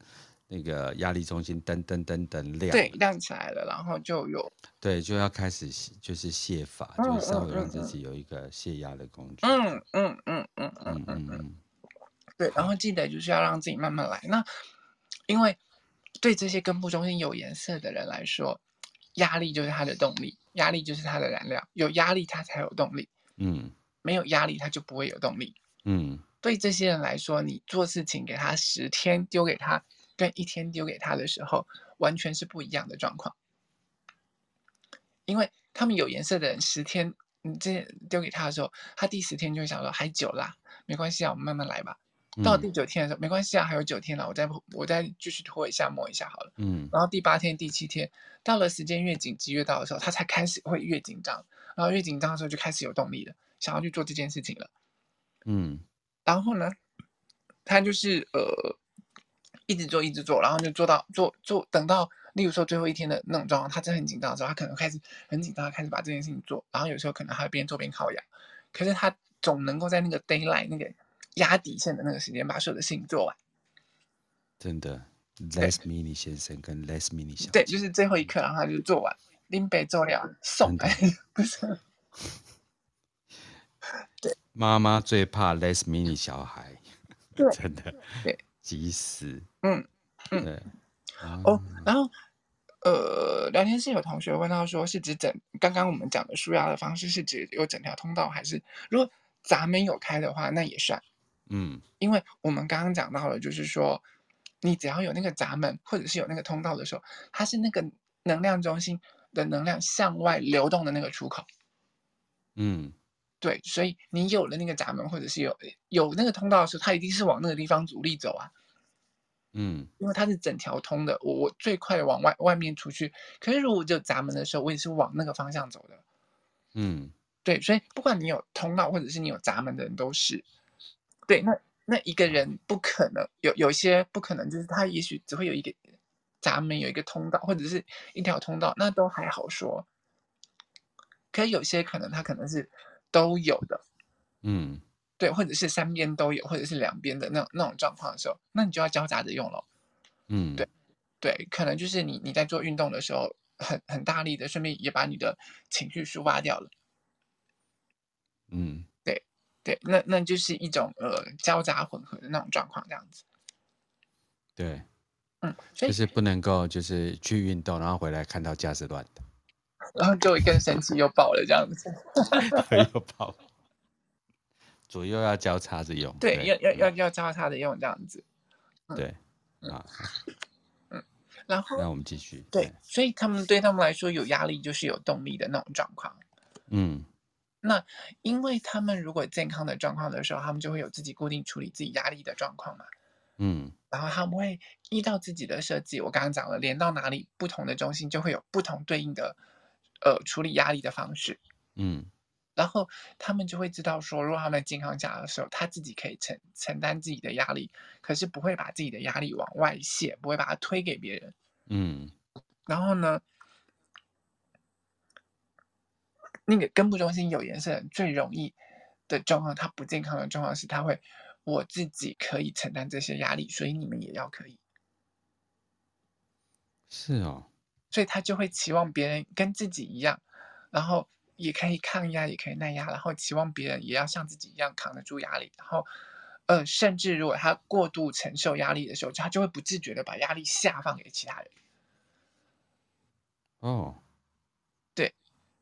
S1: 那个压力中心噔噔噔噔亮，
S2: 对，亮起来了，然后就有，
S1: 对就要开始卸就是卸法，
S2: 嗯
S1: 就是稍
S2: 嗯
S1: 微让
S2: 嗯
S1: 自
S2: 嗯
S1: 己有一个泄压的工具。
S2: 嗯嗯嗯嗯嗯
S1: 嗯
S2: 嗯，
S1: 嗯嗯，
S2: 对，然后记得就是要让自己慢慢来。那因为对这些根部中心有颜色的人来说，压力就是他的动力，压力就是他的燃料，有压力他才有动力，
S1: 嗯
S2: 没有压力他就不会有动力。
S1: 嗯
S2: 对这些人来说，你做事情给他十天丢给他，跟一天丢给他的时候，完全是不一样的状况。因为他们有颜色的人，十天你这丢给他的时候，他第十天就会想说还久啦，没关系啊，我们慢慢来吧。到第
S1: 嗯
S2: 九天的时候，没关系啊，还有九天了，我再我再继续拖一下摸一下好了。
S1: 嗯
S2: 然后第八天、第七天，到了时间越紧急越到的时候，他才开始会越紧张，然后越紧张的时候就开始有动力了，想要去做这件事情了。
S1: 嗯
S2: 然后呢，他就是呃，一直做，一直做，然后就做到做做，等到例如说最后一天的那种状况，他真的很紧张的时候，他可能开始很紧张，开始把这件事情做，然后有时候可能还边做边靠牙，可是他总能够在那个 d a y l i g h t 那个压底线的那个时间把所有的事情做完。
S1: 真的，Les Mini 先生跟 Les Mini 小姐，
S2: 对，就是最后一刻，然后他就做完，拎北做了送
S1: 真的
S2: 来， 不是
S1: 妈妈最怕 Les Mini 小孩，
S2: 对
S1: 真的，
S2: 对，
S1: 急死，
S2: 嗯嗯
S1: 对，啊
S2: 哦，然后。呃，聊天室有同学问到说，是指整刚刚我们讲的舒压的方式是指有整条通道，还是如果闸门有开的话，那也算？
S1: 嗯
S2: 因为我们刚刚讲到了，就是说，你只要有那个闸门或者是有那个通道的时候，它是那个能量中心的能量向外流动的那个出口。
S1: 嗯
S2: 对，所以你有了那个闸门，或者是有有那个通道的时候，它一定是往那个地方阻力走啊，
S1: 嗯
S2: 因为它是整条通的。我我最快的往外外面出去，可是如果只有闸门的时候，我也是往那个方向走的。
S1: 嗯
S2: 对，所以不管你有通道或者是你有闸门的人都是，对，那那一个人不可能有有些不可能，就是他也许只会有一个闸门，有一个通道或者是一条通道，那都还好说。可是有些可能他可能是都有的，
S1: 嗯，
S2: 对，或者是三边都有，或者是两边的那种那种状况的时候，那你就要交杂着用了。
S1: 嗯，
S2: 对对，可能就是你你在做运动的时候很很大力的，顺便也把你的情绪抒发掉了。
S1: 嗯，
S2: 对，那那就是一种呃交杂混合的那种状况，这样子。
S1: 对，
S2: 嗯，
S1: 就
S2: 所以
S1: 是不能够就是去运动，然后回来看到家是乱的，
S2: 然后就会更神奇又爆了这样子。
S1: 又跑，左右要交叉着用，
S2: 对，要要要
S1: 嗯
S2: 要交叉的用这样子。
S1: 对啊，
S2: 嗯然后
S1: 那我们继续，
S2: 对，，所以他们对他们来说有压力就是有动力的那种状况。
S1: 嗯
S2: 因为他们如果健康的状况的时候，他们就会有自己固定处理自己压力的状况嘛。
S1: 嗯
S2: 然后他们会依照自己的设计，我刚刚讲了，连到哪里不同的中心就会有不同对应的呃处理压力的方式。
S1: 嗯
S2: 然后他们就会知道说，如果他们健康下的时候，他自己可以承承担自己的压力，可是不会把自己的压力往外泄，不会把它推给别人。
S1: 嗯
S2: 然后呢，那个根部中心有颜色人最容易的状况，他不健康的状况是，他会我自己可以承担这些压力，所以你们也要可以，
S1: 是哦，
S2: 所以他就会期望别人跟自己一样，然后也可以抗压，也可以耐压，然后期望别人也要像自己一样扛得住压力，然后。呃，甚至如果他过度承受压力的时候，他就会不自觉的把压力下放给其他人，
S1: 哦，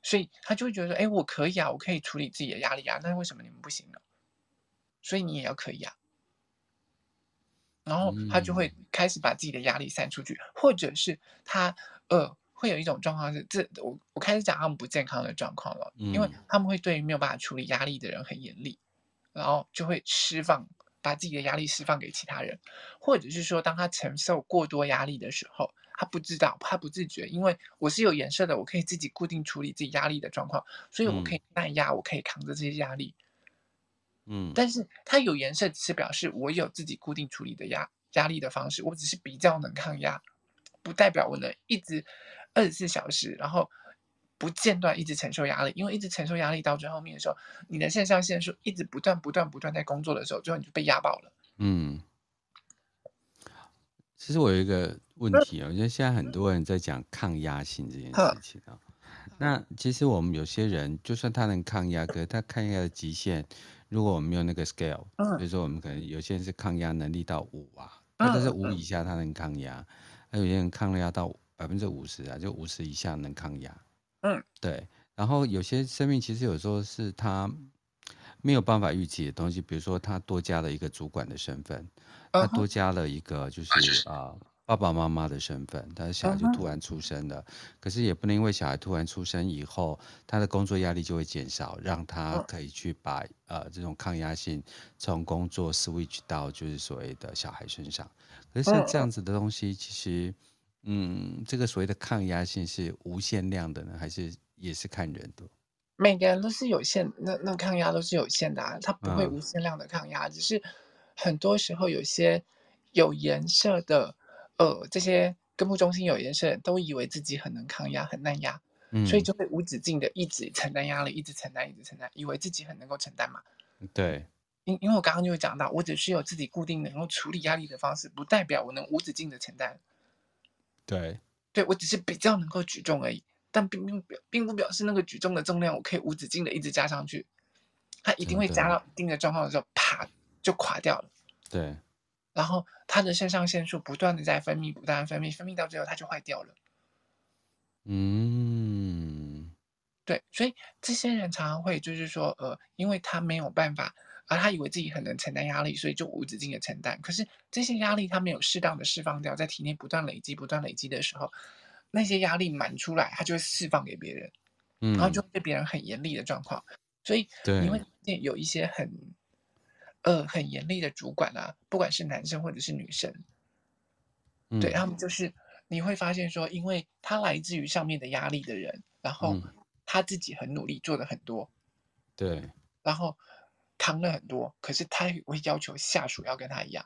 S2: 所以他就会觉得，哎，我可以啊，我可以处理自己的压力啊，那为什么你们不行呢？所以你也要可以啊。然后他就会开始把自己的压力散出去，或者是他呃会有一种状况是，这我我开始讲他们不健康的状况了，因为
S1: 嗯
S2: 他们会对于没有办法处理压力的人很严厉，然后就会释放把自己的压力释放给其他人，或者是说当他承受过多压力的时候，他不知道他不自觉，因为我是有颜色的，我可以自己固定处理自己压力的状况，所以我
S1: 嗯
S2: 可以耐压，我可以扛着这些压力，
S1: 嗯，
S2: 但是它有颜色，只是表示我有自己固定处理的压压力的方式，我只是比较能抗压，不代表我能一直二十四小时，然后不间断一直承受压力，因为一直承受压力到最后面的时候，你的肾上腺素一直不断不断不断在工作的时候，最后你就被压爆了。
S1: 嗯，其实我有一个问题啊，因为现在很多人在讲抗压性这件事
S2: 呵
S1: 情啊。那其实我们有些人，就算他能抗压，可是他抗压的极限，如果我们没有那个 scale，比
S2: 嗯
S1: 如说我们可能有些人是抗压能力到五啊，那但是
S2: 嗯
S1: 五以
S2: 嗯
S1: 下他能抗压，那有些人抗压到百分之五十啊，就五十以下能抗压。
S2: 嗯，
S1: 对，然后有些生命其实有时候是他没有办法预期的东西，比如说他多加了一个主管的身份，他
S2: 嗯
S1: 多
S2: 哼，
S1: 加了一个就是啊、爸爸妈妈的身份，他的小孩
S2: 嗯
S1: 就突
S2: 哼，
S1: 然出生了，可是也不能因为小孩突然出生以后，他的工作压力就会减少，让他
S2: 嗯
S1: 可以去把呃这种抗压性从工作 switch 到就是所谓的小孩身上。可是
S2: 嗯
S1: 像这
S2: 嗯，
S1: 样子的东西，其实。嗯，这个所谓的抗压性是无限量的呢，还是也是看人的？
S2: 每个人都是有限，那那抗压都是有限的啊，它不会
S1: 嗯
S2: 无限量的抗压，只是很多时候有些有颜色的，呃，这些根部中心有颜色的人都以为自己很能抗压、很耐压，所以
S1: 嗯，
S2: 就会无止境的一直承担压力，一直承担，一直承担，以为自己很能够承担嘛。
S1: 对，
S2: 因因为我刚刚就有讲到，我只是有自己固定能够处理压力的方式，不代表我能无止境的承担。
S1: 对，
S2: 对我只是比较能够举重而已，但并并表并不表示那个举重的重量我可以无止境的一直加上去，它一
S1: 真
S2: 定会加
S1: 的，
S2: 到一定的状况的时候，啪就垮掉了。
S1: 对，
S2: 然后它的肾上腺素不断的在分泌，不断的分泌，分泌到最后它就坏掉了。
S1: 嗯，
S2: 对，所以这些人常常会就是说，呃，因为他没有办法，啊，他以为自己很能承担压力，所以就无止境的承担。可是这些压力他没有适当的释放掉，在体内不断累积、不断累积的时候，那些压力满出来，他就会释放给别人。然后就
S1: 嗯，
S2: 会对别人很严厉的状况，所以你会
S1: 对，
S2: 发现有一些很呃很严厉的主管啊，不管是男生或者是女生，对
S1: 嗯
S2: 他们就是你会发现说，因为他来自于上面的压力的人，然后
S1: 嗯，
S2: 他自己很努力做的很多，
S1: 对，
S2: 然后扛了很多，可是他也会要求下属要跟他一样，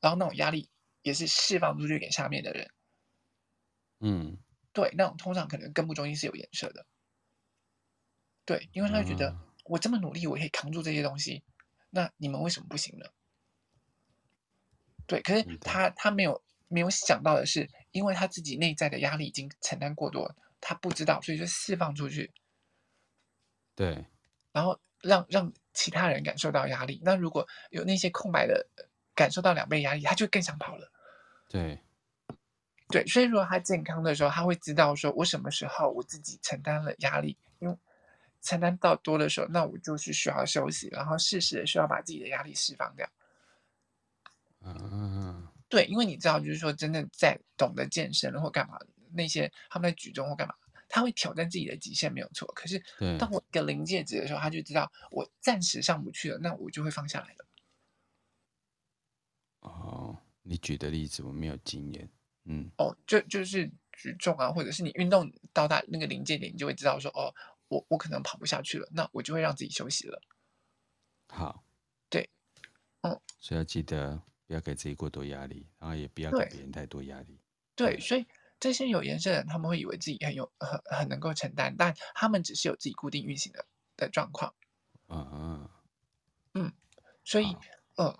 S2: 然后那种压力也是释放出去给下面的人，
S1: 嗯
S2: 对，那种通常可能根部中心是有颜色的。对，因为他会觉得
S1: 啊，
S2: 我这么努力，我可以扛住这些东西，那你们为什么不行呢？对，可是
S1: 真的，
S2: 他他没有没有想到的是，因为他自己内在的压力已经承担过多了，他不知道，所以就释放出去，
S1: 对，
S2: 然后让让其他人感受到压力。那如果有那些空白的呃感受到两倍压力，他就更想跑了。
S1: 对，
S2: 对，所以如果他健康的时候，他会知道说我什么时候我自己承担了压力，因为承担到多的时候，那我就是需要休息，然后适时的需要把自己的压力释放掉。
S1: 啊，
S2: 对，因为你知道，就是说，真的在懂得健身或干嘛，那些他们在举重或干嘛，他会挑战自己的极限，没有错。可是
S1: 对，
S2: 当我一个临界值的时候，他就知道我暂时上不去了，那我就会放下来了。
S1: 哦，你举的例子我没有经验，嗯
S2: 哦，就就是举重啊，或者是你运动到达那个临界点，你就会知道说，哦，我我可能跑不下去了，那我就会让自己休息了。
S1: 好，
S2: 对，嗯，
S1: 所以要记得不要给自己过多压力，然后也不要给
S2: 对
S1: 别人太多压力，
S2: 对，
S1: 对，
S2: 所以这些有颜色的人，他们会以为自己很有很很能够承担，但他们只是有自己固定运行的的状况。
S1: 啊，
S2: 所以
S1: 好，
S2: 呃，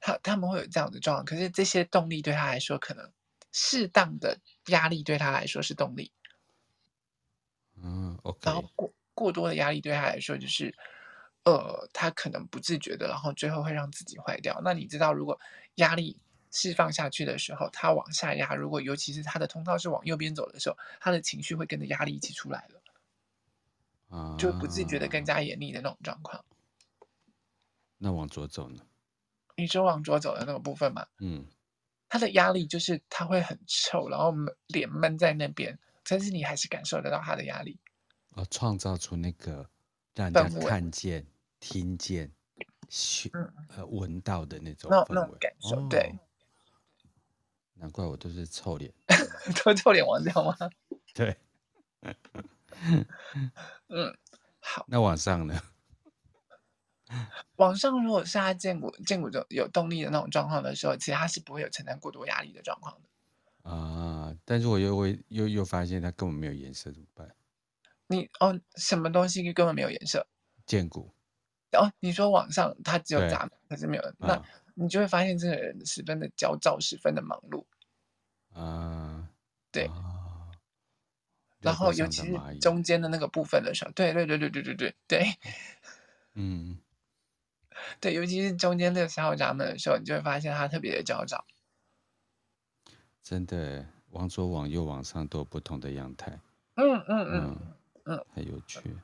S2: 他他们会有这样的状况，可是这些动力对他来说，可能适当的压力对他来说是动力，
S1: 嗯，OK，
S2: 然后过过多的压力对他来说就是，呃，他可能不自觉的，然后最后会让自己坏掉。那你知道，如果压力释放下去的时候，他往下压，如果尤其是他的通道是往右边走的时候，他的情绪会跟着压力一起出来了，
S1: 啊，
S2: 就不自觉的更加严厉的那种状况。
S1: 那往左走呢？
S2: 你说往左走的那个部分嘛，
S1: 嗯，
S2: 他的压力就是他会很臭，然后闷脸闷在那边，但是你还是感受得到他的压力。
S1: 哦，创造出那个让人
S2: 氛
S1: 家
S2: 围
S1: 看见、听见、嗅
S2: 嗯
S1: 呃闻到的那种
S2: 那
S1: 氛
S2: 那种
S1: 围，
S2: 感受
S1: 哦
S2: 对。
S1: 难怪我都是臭脸，
S2: 多臭脸王知道吗？
S1: 对。
S2: 嗯，好。
S1: 那往上呢？
S2: 往上如果是他见骨见骨就有动力的那种状况的时候，其实他是不会有承担过多压力的状况的。
S1: 啊，但是我又会又又发现它根本没有颜色，怎么办？
S2: 你哦，什么东西根本没有颜色。
S1: 见骨
S2: 哦，你说往上他只有
S1: 对
S2: 杂，可是没有，那
S1: 啊
S2: 你就会发现这个人十分的焦躁，十分的忙碌。
S1: 啊，
S2: 对
S1: 啊肋
S2: 然后
S1: 骨
S2: 尤
S1: 上
S2: 其
S1: 的蚂
S2: 是
S1: 蚁
S2: 中间的那个部分的时候，对对对对对对对对
S1: 嗯
S2: 对，尤其是中间六十号闸门的时候，你就会发现他特别的焦躁。
S1: 真的往左往右往上都有不同的样态，
S2: 嗯嗯嗯，
S1: 嗯
S2: 嗯
S1: 太有趣了。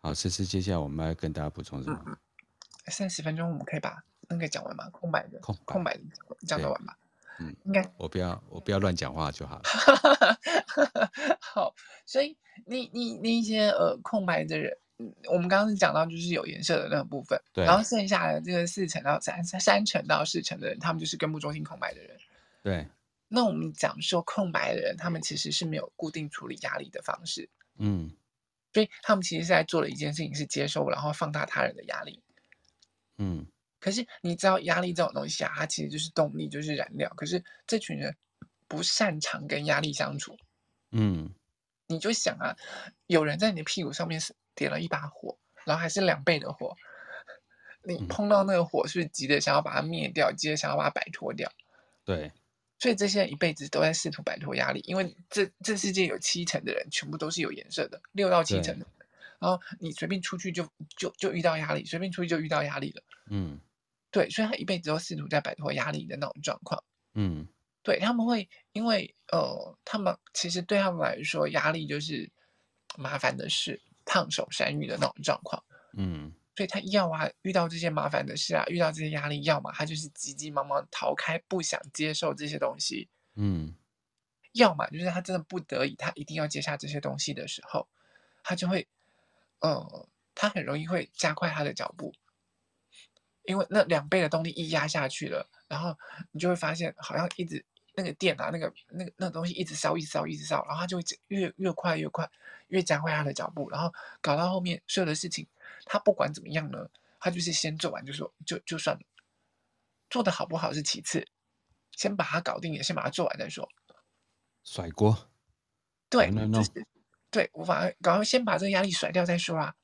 S1: 好，思思，接下来我们要跟大家补充什
S2: 嗯
S1: 么？
S2: 三十分钟我们可以把那个讲完吗？空白的
S1: 空白
S2: 空白的讲得
S1: 对
S2: 完吧？
S1: 嗯，
S2: 应该
S1: 我不要我不要乱讲话就好了。
S2: 好，所以你你那些呃空白的人，嗯，我们刚刚是讲到就是有颜色的那个部分，
S1: 对
S2: 然后剩下的这个四层到三三层到四层的人，他们就是根部中心空白的人。
S1: 对，
S2: 那我们讲说空白的人，他们其实是没有固定处理压力的方式，
S1: 嗯
S2: 所以他们其实是在做的一件事情是接收，然后放大他人的压力。
S1: 嗯
S2: 可是你知道压力这种东西啊，它其实就是动力，就是燃料。可是这群人不擅长跟压力相处，
S1: 嗯
S2: 你就想啊，有人在你的屁股上面是点了一把火，然后还是两倍的火，你
S1: 嗯
S2: 碰到那个火是不是急着想要把它灭掉，急着想要把它摆脱掉。
S1: 对，
S2: 所以这些人一辈子都在试图摆脱压力，因为这这世界有七成的人全部都是有颜色的，六到七
S1: 对
S2: 成的人。然后你随便出去就就就遇到压力，随便出去就遇到压力了。
S1: 嗯
S2: 对，所以他一辈子都试图在摆脱压力的那种状况。
S1: 嗯
S2: 对，他们会因为呃，他们其实对他们来说，压力就是麻烦的事，烫手山芋的那种状况。
S1: 嗯
S2: 所以他要啊，遇到这些麻烦的事啊，遇到这些压力，要么他就是急急忙忙逃开，不想接受这些东西；
S1: 嗯
S2: 要么就是他真的不得已，他一定要接下这些东西的时候，他就会，呃，他很容易会加快他的脚步，因为那两倍的动力一压下去了，然后你就会发现好像一直那个电啊，那个那个那个东西一直烧，一直烧，一直烧，然后它就会越越快越快，越加快它的脚步，然后搞到后面所有的事情，他不管怎么样呢，他就是先做完就说就就算了，做的好不好是其次，先把它搞定，也先把它做完再说。
S1: 甩锅，
S2: 对，
S1: no,
S2: 就
S1: no.
S2: 是对，我反而赶快先把这个压力甩掉再说啊。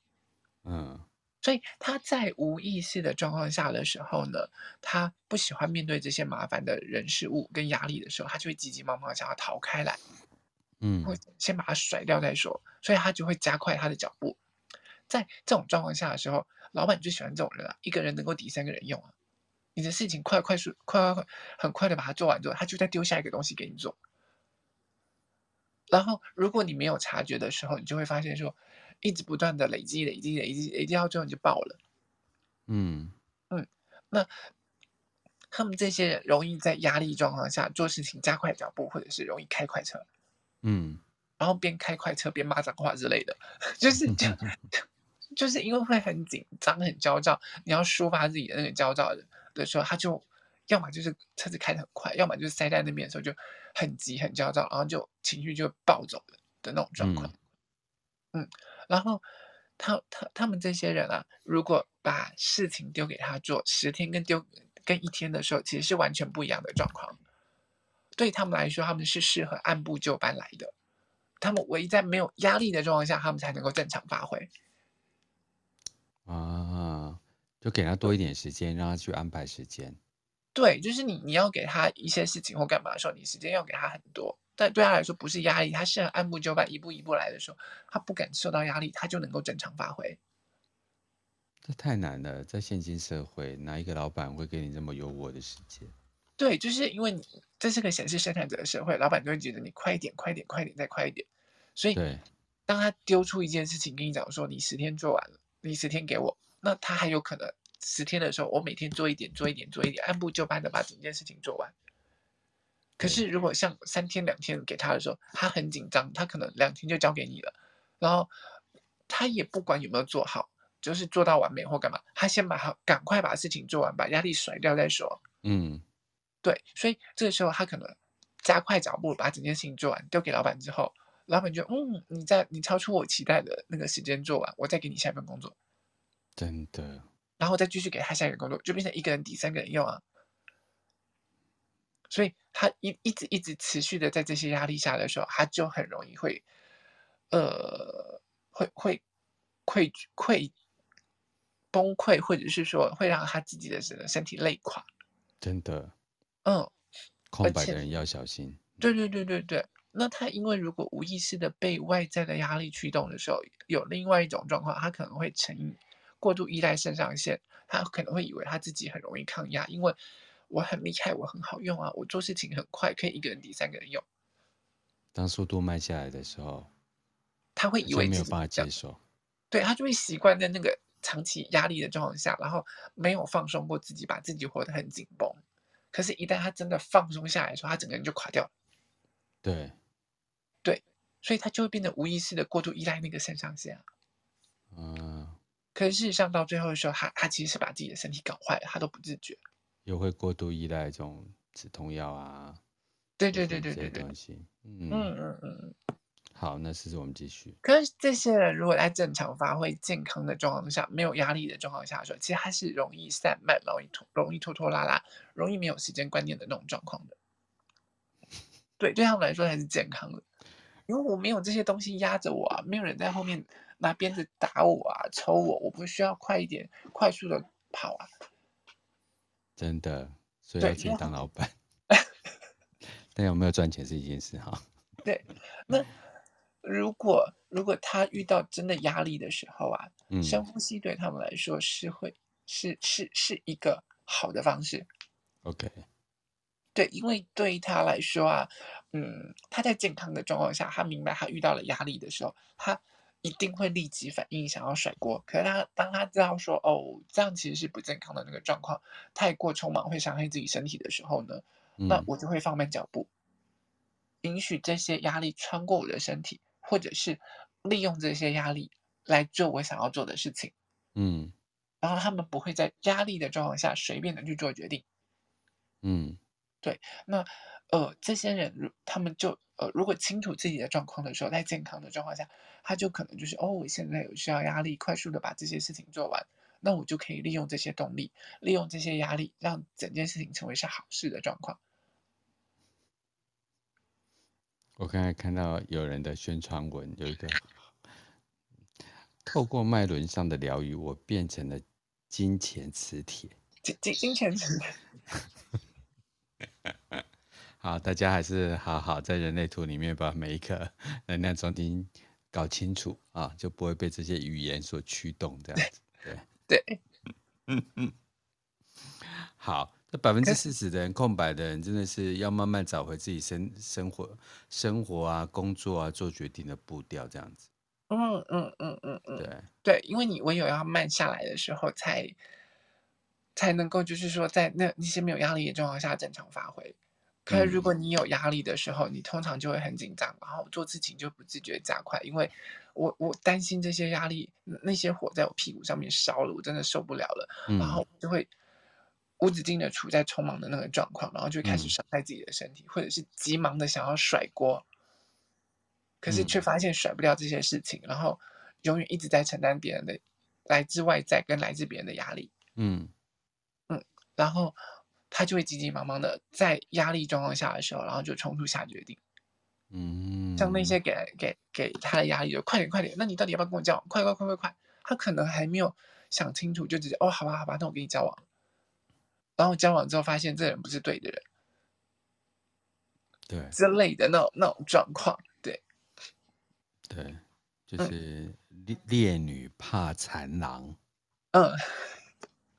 S1: 嗯
S2: 所以他在无意识的状况下的时候呢，他不喜欢面对这些麻烦的人事物跟压力的时候，他就会急急忙忙地想要逃开来，
S1: 嗯
S2: 会先把它甩掉再说，所以他就会加快他的脚步。在这种状况下的时候，老板就喜欢这种人啊，一个人能够抵三个人用啊。你的事情快快速快快快，很快的把它做完之后，他就再丢下一个东西给你做。然后，如果你没有察觉的时候，你就会发现说，一直不断的累积、累积、累积，累积到最后你就爆了。
S1: 嗯
S2: 他们这些人容易在压力状况下做事情加快脚步，或者是容易开快车，
S1: 嗯
S2: 然后边开快车边骂脏话之类的， 就是就就是因为会很紧张、很焦躁，你要抒发自己的那个焦躁的的时候，他就要么就是车子开得很快，要么就是塞在那边的时候就很急、很焦躁，然后就情绪就暴走的的那种状况。嗯然后他他他们这些人啊，如果把事情丢给他做，十天跟丢跟一天的时候，其实是完全不一样的状况。对他们来说，他们是适合按部就班来的。他们唯一在没有压力的状况下，他们才能够正常发挥。
S1: 啊，就给他多一点时间，让他去安排时间。
S2: 对，就是你你要给他一些事情或干嘛的时候，你时间要给他很多，但对他来说不是压力，他是很按部就班，一步一步来的时候，他不感受到压力，他就能够正常发挥。
S1: 这太难了，在现今社会，哪一个老板会给你这么优渥的时间？
S2: 对，就是因为你这是个显示生产者的社会，老板就会觉得你快一点，快一点，快一点，再快一点。所以，
S1: 对，
S2: 当他丢出一件事情跟你讲说你十天做完了，你十天给我，那他还有可能十天的时候，我每天做一点，做一点，做一点，按部就班的把整件事情做完。
S1: 对
S2: 可是如果像三天两天给他的时候，他很紧张，他可能两天就交给你了，然后他也不管有没有做好，就是做到完美或干嘛，他先把好赶快把事情做完，把压力甩掉再说。
S1: 嗯，
S2: 对，所以这个时候他可能加快脚步把整件事情做完，丢给老板之后，老板就嗯，你在你超出我期待的那个时间做完，我再给你下一份工作，
S1: 真的，
S2: 然后再继续给他下一个工作，就变成一个人抵三个人用啊。所以他一一直一直持续的在这些压力下的时候，他就很容易会，呃，会会愧愧崩溃，或者是说会让他自己的身身体累垮。
S1: 真的，
S2: 嗯，
S1: 空白
S2: 且
S1: 的人要小心。
S2: 对对对对对，那他因为如果无意识的被外在的压力驱动的时候，有另外一种状况，他可能会成瘾，过度依赖肾上腺，他可能会以为他自己很容易抗压，因为我很厉害，我很好用啊，我做事情很快，可以一个人抵三个人用，
S1: 当速度慢下来的时候，
S2: 他会以
S1: 就
S2: 为
S1: 没
S2: 自
S1: 有
S2: 己
S1: 办法接
S2: 这样，
S1: 受。
S2: 对他就会习惯在那个长期压力的状况下，然后没有放松过自己，把自己活得很紧绷。可是，一旦他真的放松下来的时候，他整个人就垮掉了。
S1: 对，
S2: 所以他就会变得无意识的过度依赖那个肾上腺啊。
S1: 嗯、
S2: 可是事实上到最后的时候，他他其实是把自己的身体搞坏了，他都不自觉。
S1: 又会过度依赖这种止痛药啊，
S2: 对
S1: 或
S2: 对
S1: 什
S2: 对
S1: 么这
S2: 对
S1: 些
S2: 对对，
S1: 东西。嗯，
S2: 嗯嗯嗯。
S1: 好，那思思，我们继续。
S2: 可是这些人如果在正常发挥、健康的状况下，没有压力的状况下的时候，其实他是容易散漫、容易拖、容易拖拖拉拉、容易没有时间观念的那种状况的。对，对他们来说才是健康的，因为我没有这些东西压着我啊，没有人在后面拿鞭子打我啊、抽我，我不需要快一点、快速的跑啊。
S1: 真的，所以
S2: 对
S1: 要
S2: 因
S1: 自己
S2: 为
S1: 当老 板。 但有没有赚钱是一件事哈。
S2: 对，那如果如果他遇到真的压力的时候啊，
S1: 嗯，
S2: 深呼吸对他们来说是会是是是一个好的方式。
S1: OK，
S2: 对，因为对于他来说啊，嗯，他在健康的状况下，他明白他遇到了压力的时候，他一定会立即反应，想要甩锅。可是他当他知道说，哦，这样其实是不健康的那个状况，太过匆忙会伤害自己身体的时候呢，那
S1: 嗯，
S2: 我就会放慢脚步，允许这些压力穿过我的身体，或者是利用这些压力来做我想要做的事情。
S1: 嗯，
S2: 然后他们不会在压力的状况下随便的去做决定。
S1: 嗯，
S2: 那呃，这些人如他们就呃，如果清楚自己的状况的时候，在健康的状况下，他就可能就是哦，我现在有需要压力，快速的把这些事情做完，那我就可以利用这些动力，利用这些压力，让整件事情成为是好事的状况。
S1: 我刚才看到有人的宣传文，有一个透过脉轮上的疗愈，我变成了金钱磁铁。
S2: 金金金钱是，
S1: 好，大家还是好好在人类图里面把每一个能量中心搞清楚啊，就不会被这些语言所驱动。这样子，对，
S2: 对，
S1: 好，这百分之
S2: 可
S1: 四十的人空白的人，真的是要慢慢找回自己生生活、生活啊、工作啊、做决定的步调，这样子。
S2: 嗯嗯嗯嗯嗯，
S1: 对，
S2: 对，因为你唯有要慢下来的时候才，才能够就是说在那那些没有压力的状况下正常发挥。可是
S1: 嗯
S2: 如果你有压力的时候，你通常就会很紧张，然后做事情就不自觉加快，因为我我担心这些压力，那那些火在我屁股上面烧了，我真的受不了了，然
S1: 嗯
S2: 后就会无止境的处在匆忙的那个状况，然后就开始
S1: 嗯
S2: 伤害自己的身体，或者是急忙的想要甩锅，可是却
S1: 嗯
S2: 发现甩不掉这些事情，然后永远一直在承担别人的来自外在跟来自别人的压力，
S1: 嗯，
S2: 然后他就会急急忙忙的在压力状况下的时候，然后就冲出下决定。像那
S1: 嗯，
S2: 些给给给他的压力就快点快点，那你到底要不要跟我交往？快快快快快！他可能还没有想清楚，就直接哦，好吧，好吧，那我跟你交往。然后交往之后发现这人不是对的人
S1: 对
S2: 之类的那种那种状况，对，
S1: 对，就是烈烈女怕缠郎
S2: 嗯，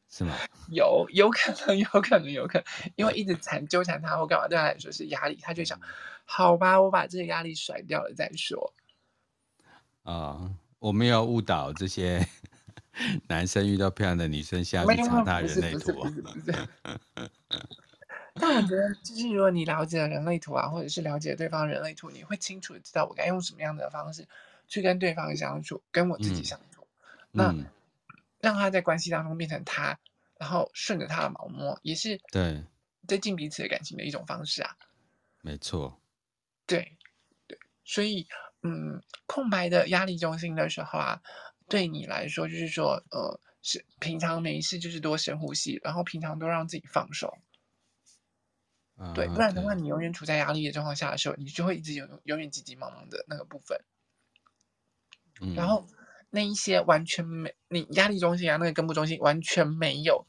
S1: 是吗？
S2: 有有可能，有可能，有可能，因为一直缠纠缠他或干嘛，对他来说是压力，他就想，好吧，我把这个压力甩掉了再说。
S1: 啊、我没有误导这些 男生遇到漂亮的女生下去
S2: 没有
S1: 查他
S2: 不
S1: 人
S2: 是
S1: 类
S2: 不是
S1: 图
S2: 不
S1: 哦
S2: 是不是。 但我觉得，就是如果你了解了人类图啊，或者是了解对方人类图，你会清楚的知道我该用什么样的方式去跟对方相处，跟我自己
S1: 嗯
S2: 相处，那
S1: 嗯，
S2: 让他在关系当中变成他，然后顺着他的毛摸，也是
S1: 对，
S2: 增进彼此的感情的一种方式啊。
S1: 没错，
S2: 对，对，所以，嗯，空白的压力中心的时候啊，对你来说就是说，呃，是平常没事就是多深呼吸，然后平常多让自己放松，
S1: 啊、
S2: 对，不然的话，
S1: 对
S2: 你永远处在压力的状况下的时候，你就会一直有永远急急忙忙的那个部分，
S1: 嗯，
S2: 然后那一些完全没你压力中心啊，那个根部中心完全没有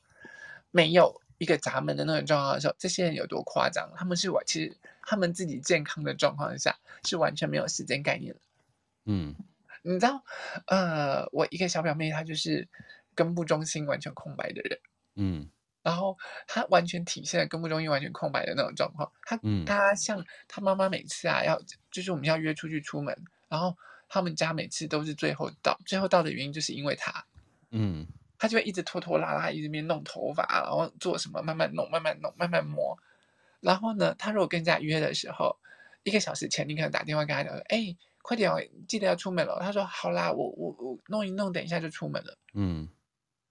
S2: 没有一个闸门的那种状况的时候，这些人有多夸张？他们是我其实他们自己健康的状况下是完全没有时间概念的。
S1: 嗯
S2: 你知道，呃，我一个小表妹她就是根部中心完全空白的人，
S1: 嗯
S2: 然后她完全体现了根部中心完全空白的那种状况。她
S1: 嗯
S2: 她像她妈妈每次啊要就是我们要约出去出门，然后他们家每次都是最后到，最后到的原因就是因为她，
S1: 嗯
S2: 她就会一直拖拖拉拉，一直边弄头发，然后做什么慢慢弄慢慢弄慢慢磨。然后呢，她如果跟人家约的时候，一个小时前你可能打电话跟她讲说，哎。快点哦，记得要出门了。她说好啦，我我我弄一弄，等一下就出门了。
S1: 嗯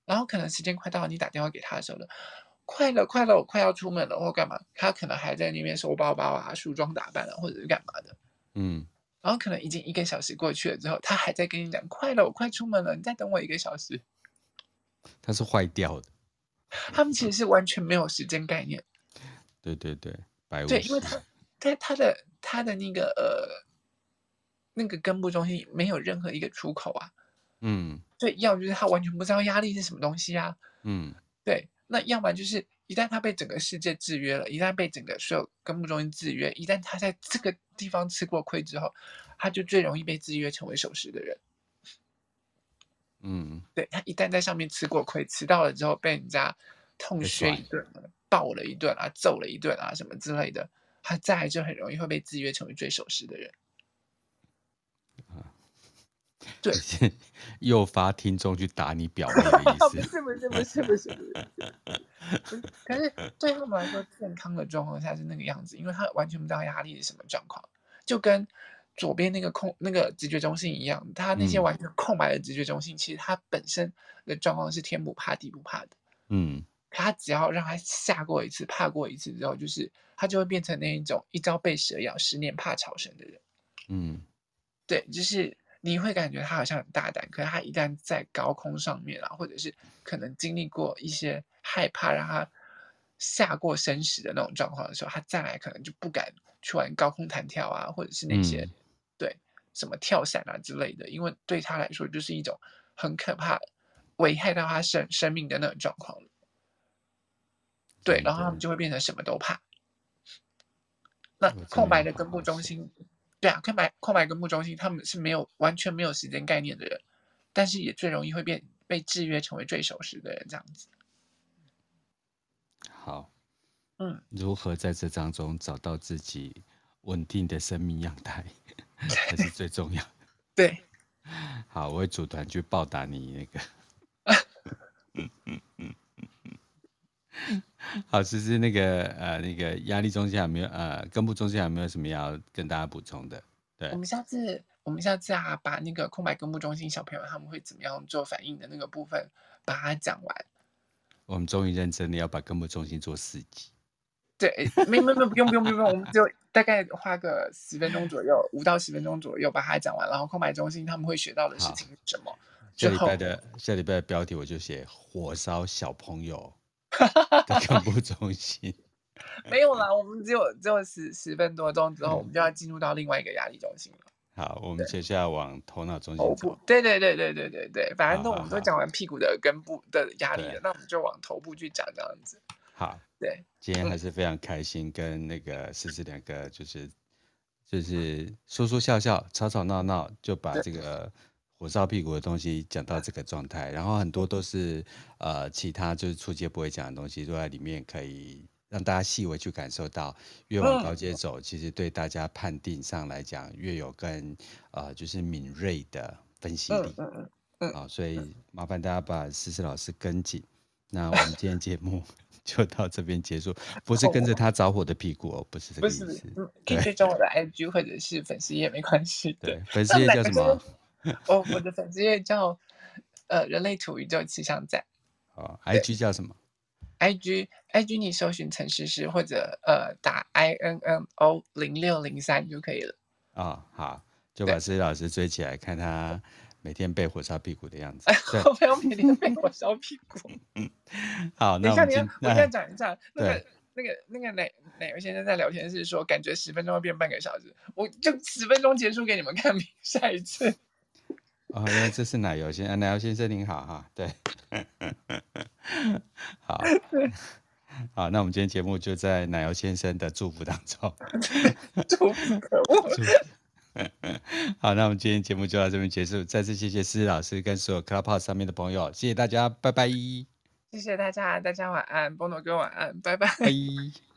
S2: 然后可能时间快到，你打电话给他的时候呢，快了快了，我快要出门了，或干嘛，他可能还在那边收包包啊、梳妆打扮啊，或者是干嘛的。
S1: 嗯，
S2: 然后可能已经一个小时过去了之后，他还在跟你讲快了，我快出门了，你再等我一个小时。
S1: 他是坏掉的，
S2: 他们其实是完全没有时间概念，
S1: 对对对，白无
S2: 对，因为
S1: 事
S2: 他在他的他的那个呃那个根部中心没有任何一个出口啊，
S1: 嗯
S2: 对，要就是他完全不知道压力是什么东西啊，
S1: 嗯
S2: 对，那要么就是一旦他被整个世界制约了，一旦被整个所有根部中心制约，一旦他在这个地方吃过亏之后，他就最容易被制约成为守时的人。
S1: 嗯，
S2: 对他一旦在上面吃过亏，吃到了之后被人家痛
S1: 被
S2: 削
S1: 甩
S2: 一顿啊、暴了一顿啊、揍了一顿啊什么之类的，他再来就很容易会被制约成为最守时的人。对
S1: 你是诱发听众去打你表妹的
S2: 哦，
S1: 意
S2: 不
S1: 思，
S2: 是不是不是不是不是，不是可是对他们来说，健康的状况下是那个样子，因为他完全不知道压力是什么状况，就跟左边那个空那个直觉中心一样，他那些
S1: 嗯
S2: 完全空白的直觉中心，其实他本身的状况是天不怕地不怕的，
S1: 嗯
S2: 可他只要让他吓过一次、怕过一次之后，就是他就会变成那一种一朝被蛇咬，十年怕草绳的人。
S1: 嗯
S2: 对，就是你会感觉他好像很大胆，可是他一旦在高空上面啊，或者是可能经历过一些害怕，让他下过生死的那种状况的时候，他再来可能就不敢去玩高空弹跳啊，或者是那些、
S1: 嗯
S2: 对什么跳伞啊之类的，因为对他来说就是一种很可怕、危害到他生生命的那种状况了。对，
S1: 真
S2: 然后他
S1: 的
S2: 们就会变成什么都怕。那
S1: 我真
S2: 空
S1: 的
S2: 白
S1: 要
S2: 的
S1: 好
S2: 根部
S1: 好
S2: 中
S1: 想
S2: 心，对啊，空白空白根部中心，他们是没有完全没有时间概念的人，但是也最容易会变被制约成为最守时的人，这样子。
S1: 好，
S2: 嗯，
S1: 如何在这当中找到自己稳定的生命样态，才是最重要。
S2: 对，
S1: 好，我会组团去报答你那个。好，其实那个呃，那个压力中心还没有呃，根部中心还没有什么要跟大家补充的。对
S2: 我们下次我们下次啊，把那个空白根部中心小朋友他们会怎么样做反应的那个部分，把它讲完。
S1: 我们终于认真的要把根部中心做四级。
S2: 对，没没没，不用不用不用，我们就大概花个十分钟左右，五到十分钟左右把它讲完，然后空白中心他们会学到的事
S1: 好
S2: 情是什么？
S1: 下
S2: 之
S1: 礼
S2: 后
S1: 拜的下礼拜的标题我就写火烧小朋 友的根部中心。嗯
S2: 没有啦，我们只有只有十十分多钟之后，我们就要进入到另外一个压力中心了。
S1: 好，我们接下来往头脑中
S2: 头
S1: 心
S2: 部
S1: 走。，
S2: 对对对对对对对，反正都
S1: 好
S2: 我
S1: 好
S2: 们都
S1: 好
S2: 讲完屁股的根部的压力
S1: 对
S2: 了，那我们就往头部去讲这样子。
S1: 好，
S2: 对，
S1: 今天还是非常开心，跟那个思思两个就是就是说说笑笑、吵吵闹闹，就把这个火烧屁股的东西讲到这个状态，然后很多都是呃其他就是出街不会讲的东西，都在里面可以让大家细微去感受到，越往
S2: 嗯
S1: 高阶走，其实对大家判定上来讲越有更呃就是敏锐的分析力
S2: 嗯。嗯嗯，
S1: 好，啊所以麻烦大家把思思老师跟紧。那我们今天节目 就到这边结束，不是跟着他着火的屁股哦，不是这个
S2: 不
S1: 意
S2: 是
S1: 思，。
S2: 嗯，可以追踪我的 IG 或者是粉丝页没关系。
S1: 对，，粉丝
S2: 那
S1: 页
S2: 哪
S1: 叫
S2: 个
S1: 什
S2: 叫
S1: 么？
S2: 哦，我的粉丝页叫呃人类土宇宙气象站
S1: 哦
S2: 对
S1: ，IG 叫什么？
S2: ，IG IG 你搜寻陈诗诗或者呃打 I N N O 零六零三就可以了。
S1: 哦，好，就
S2: 对
S1: 把思思老师追起来，看他每天被火烧屁股的样
S2: 哎
S1: 子。 对，
S2: 我朋友每天被我烧屁股。
S1: 好，那我
S2: 等一下，
S1: 们
S2: 等一
S1: 今哎
S2: 下，我再
S1: 那
S2: 讲一下那个。那个那个奶奶油先生在聊天室说，感觉十分钟要变半个小时，我就十分钟结束给你们看，下一次。
S1: 哦，因为这是奶油先生，啊奶油先生您好哈，对， 好， 好，那我们今天节目就在奶油先生的祝福当中。
S2: 祝福可恶，
S1: 好，那我们今天节目就到这边结束。再次谢谢思思老师跟所有 Clubhouse 上面的朋友，谢谢大家，拜拜，
S2: 谢谢大家，大家晚安，波诺哥晚安，拜拜。
S1: 拜。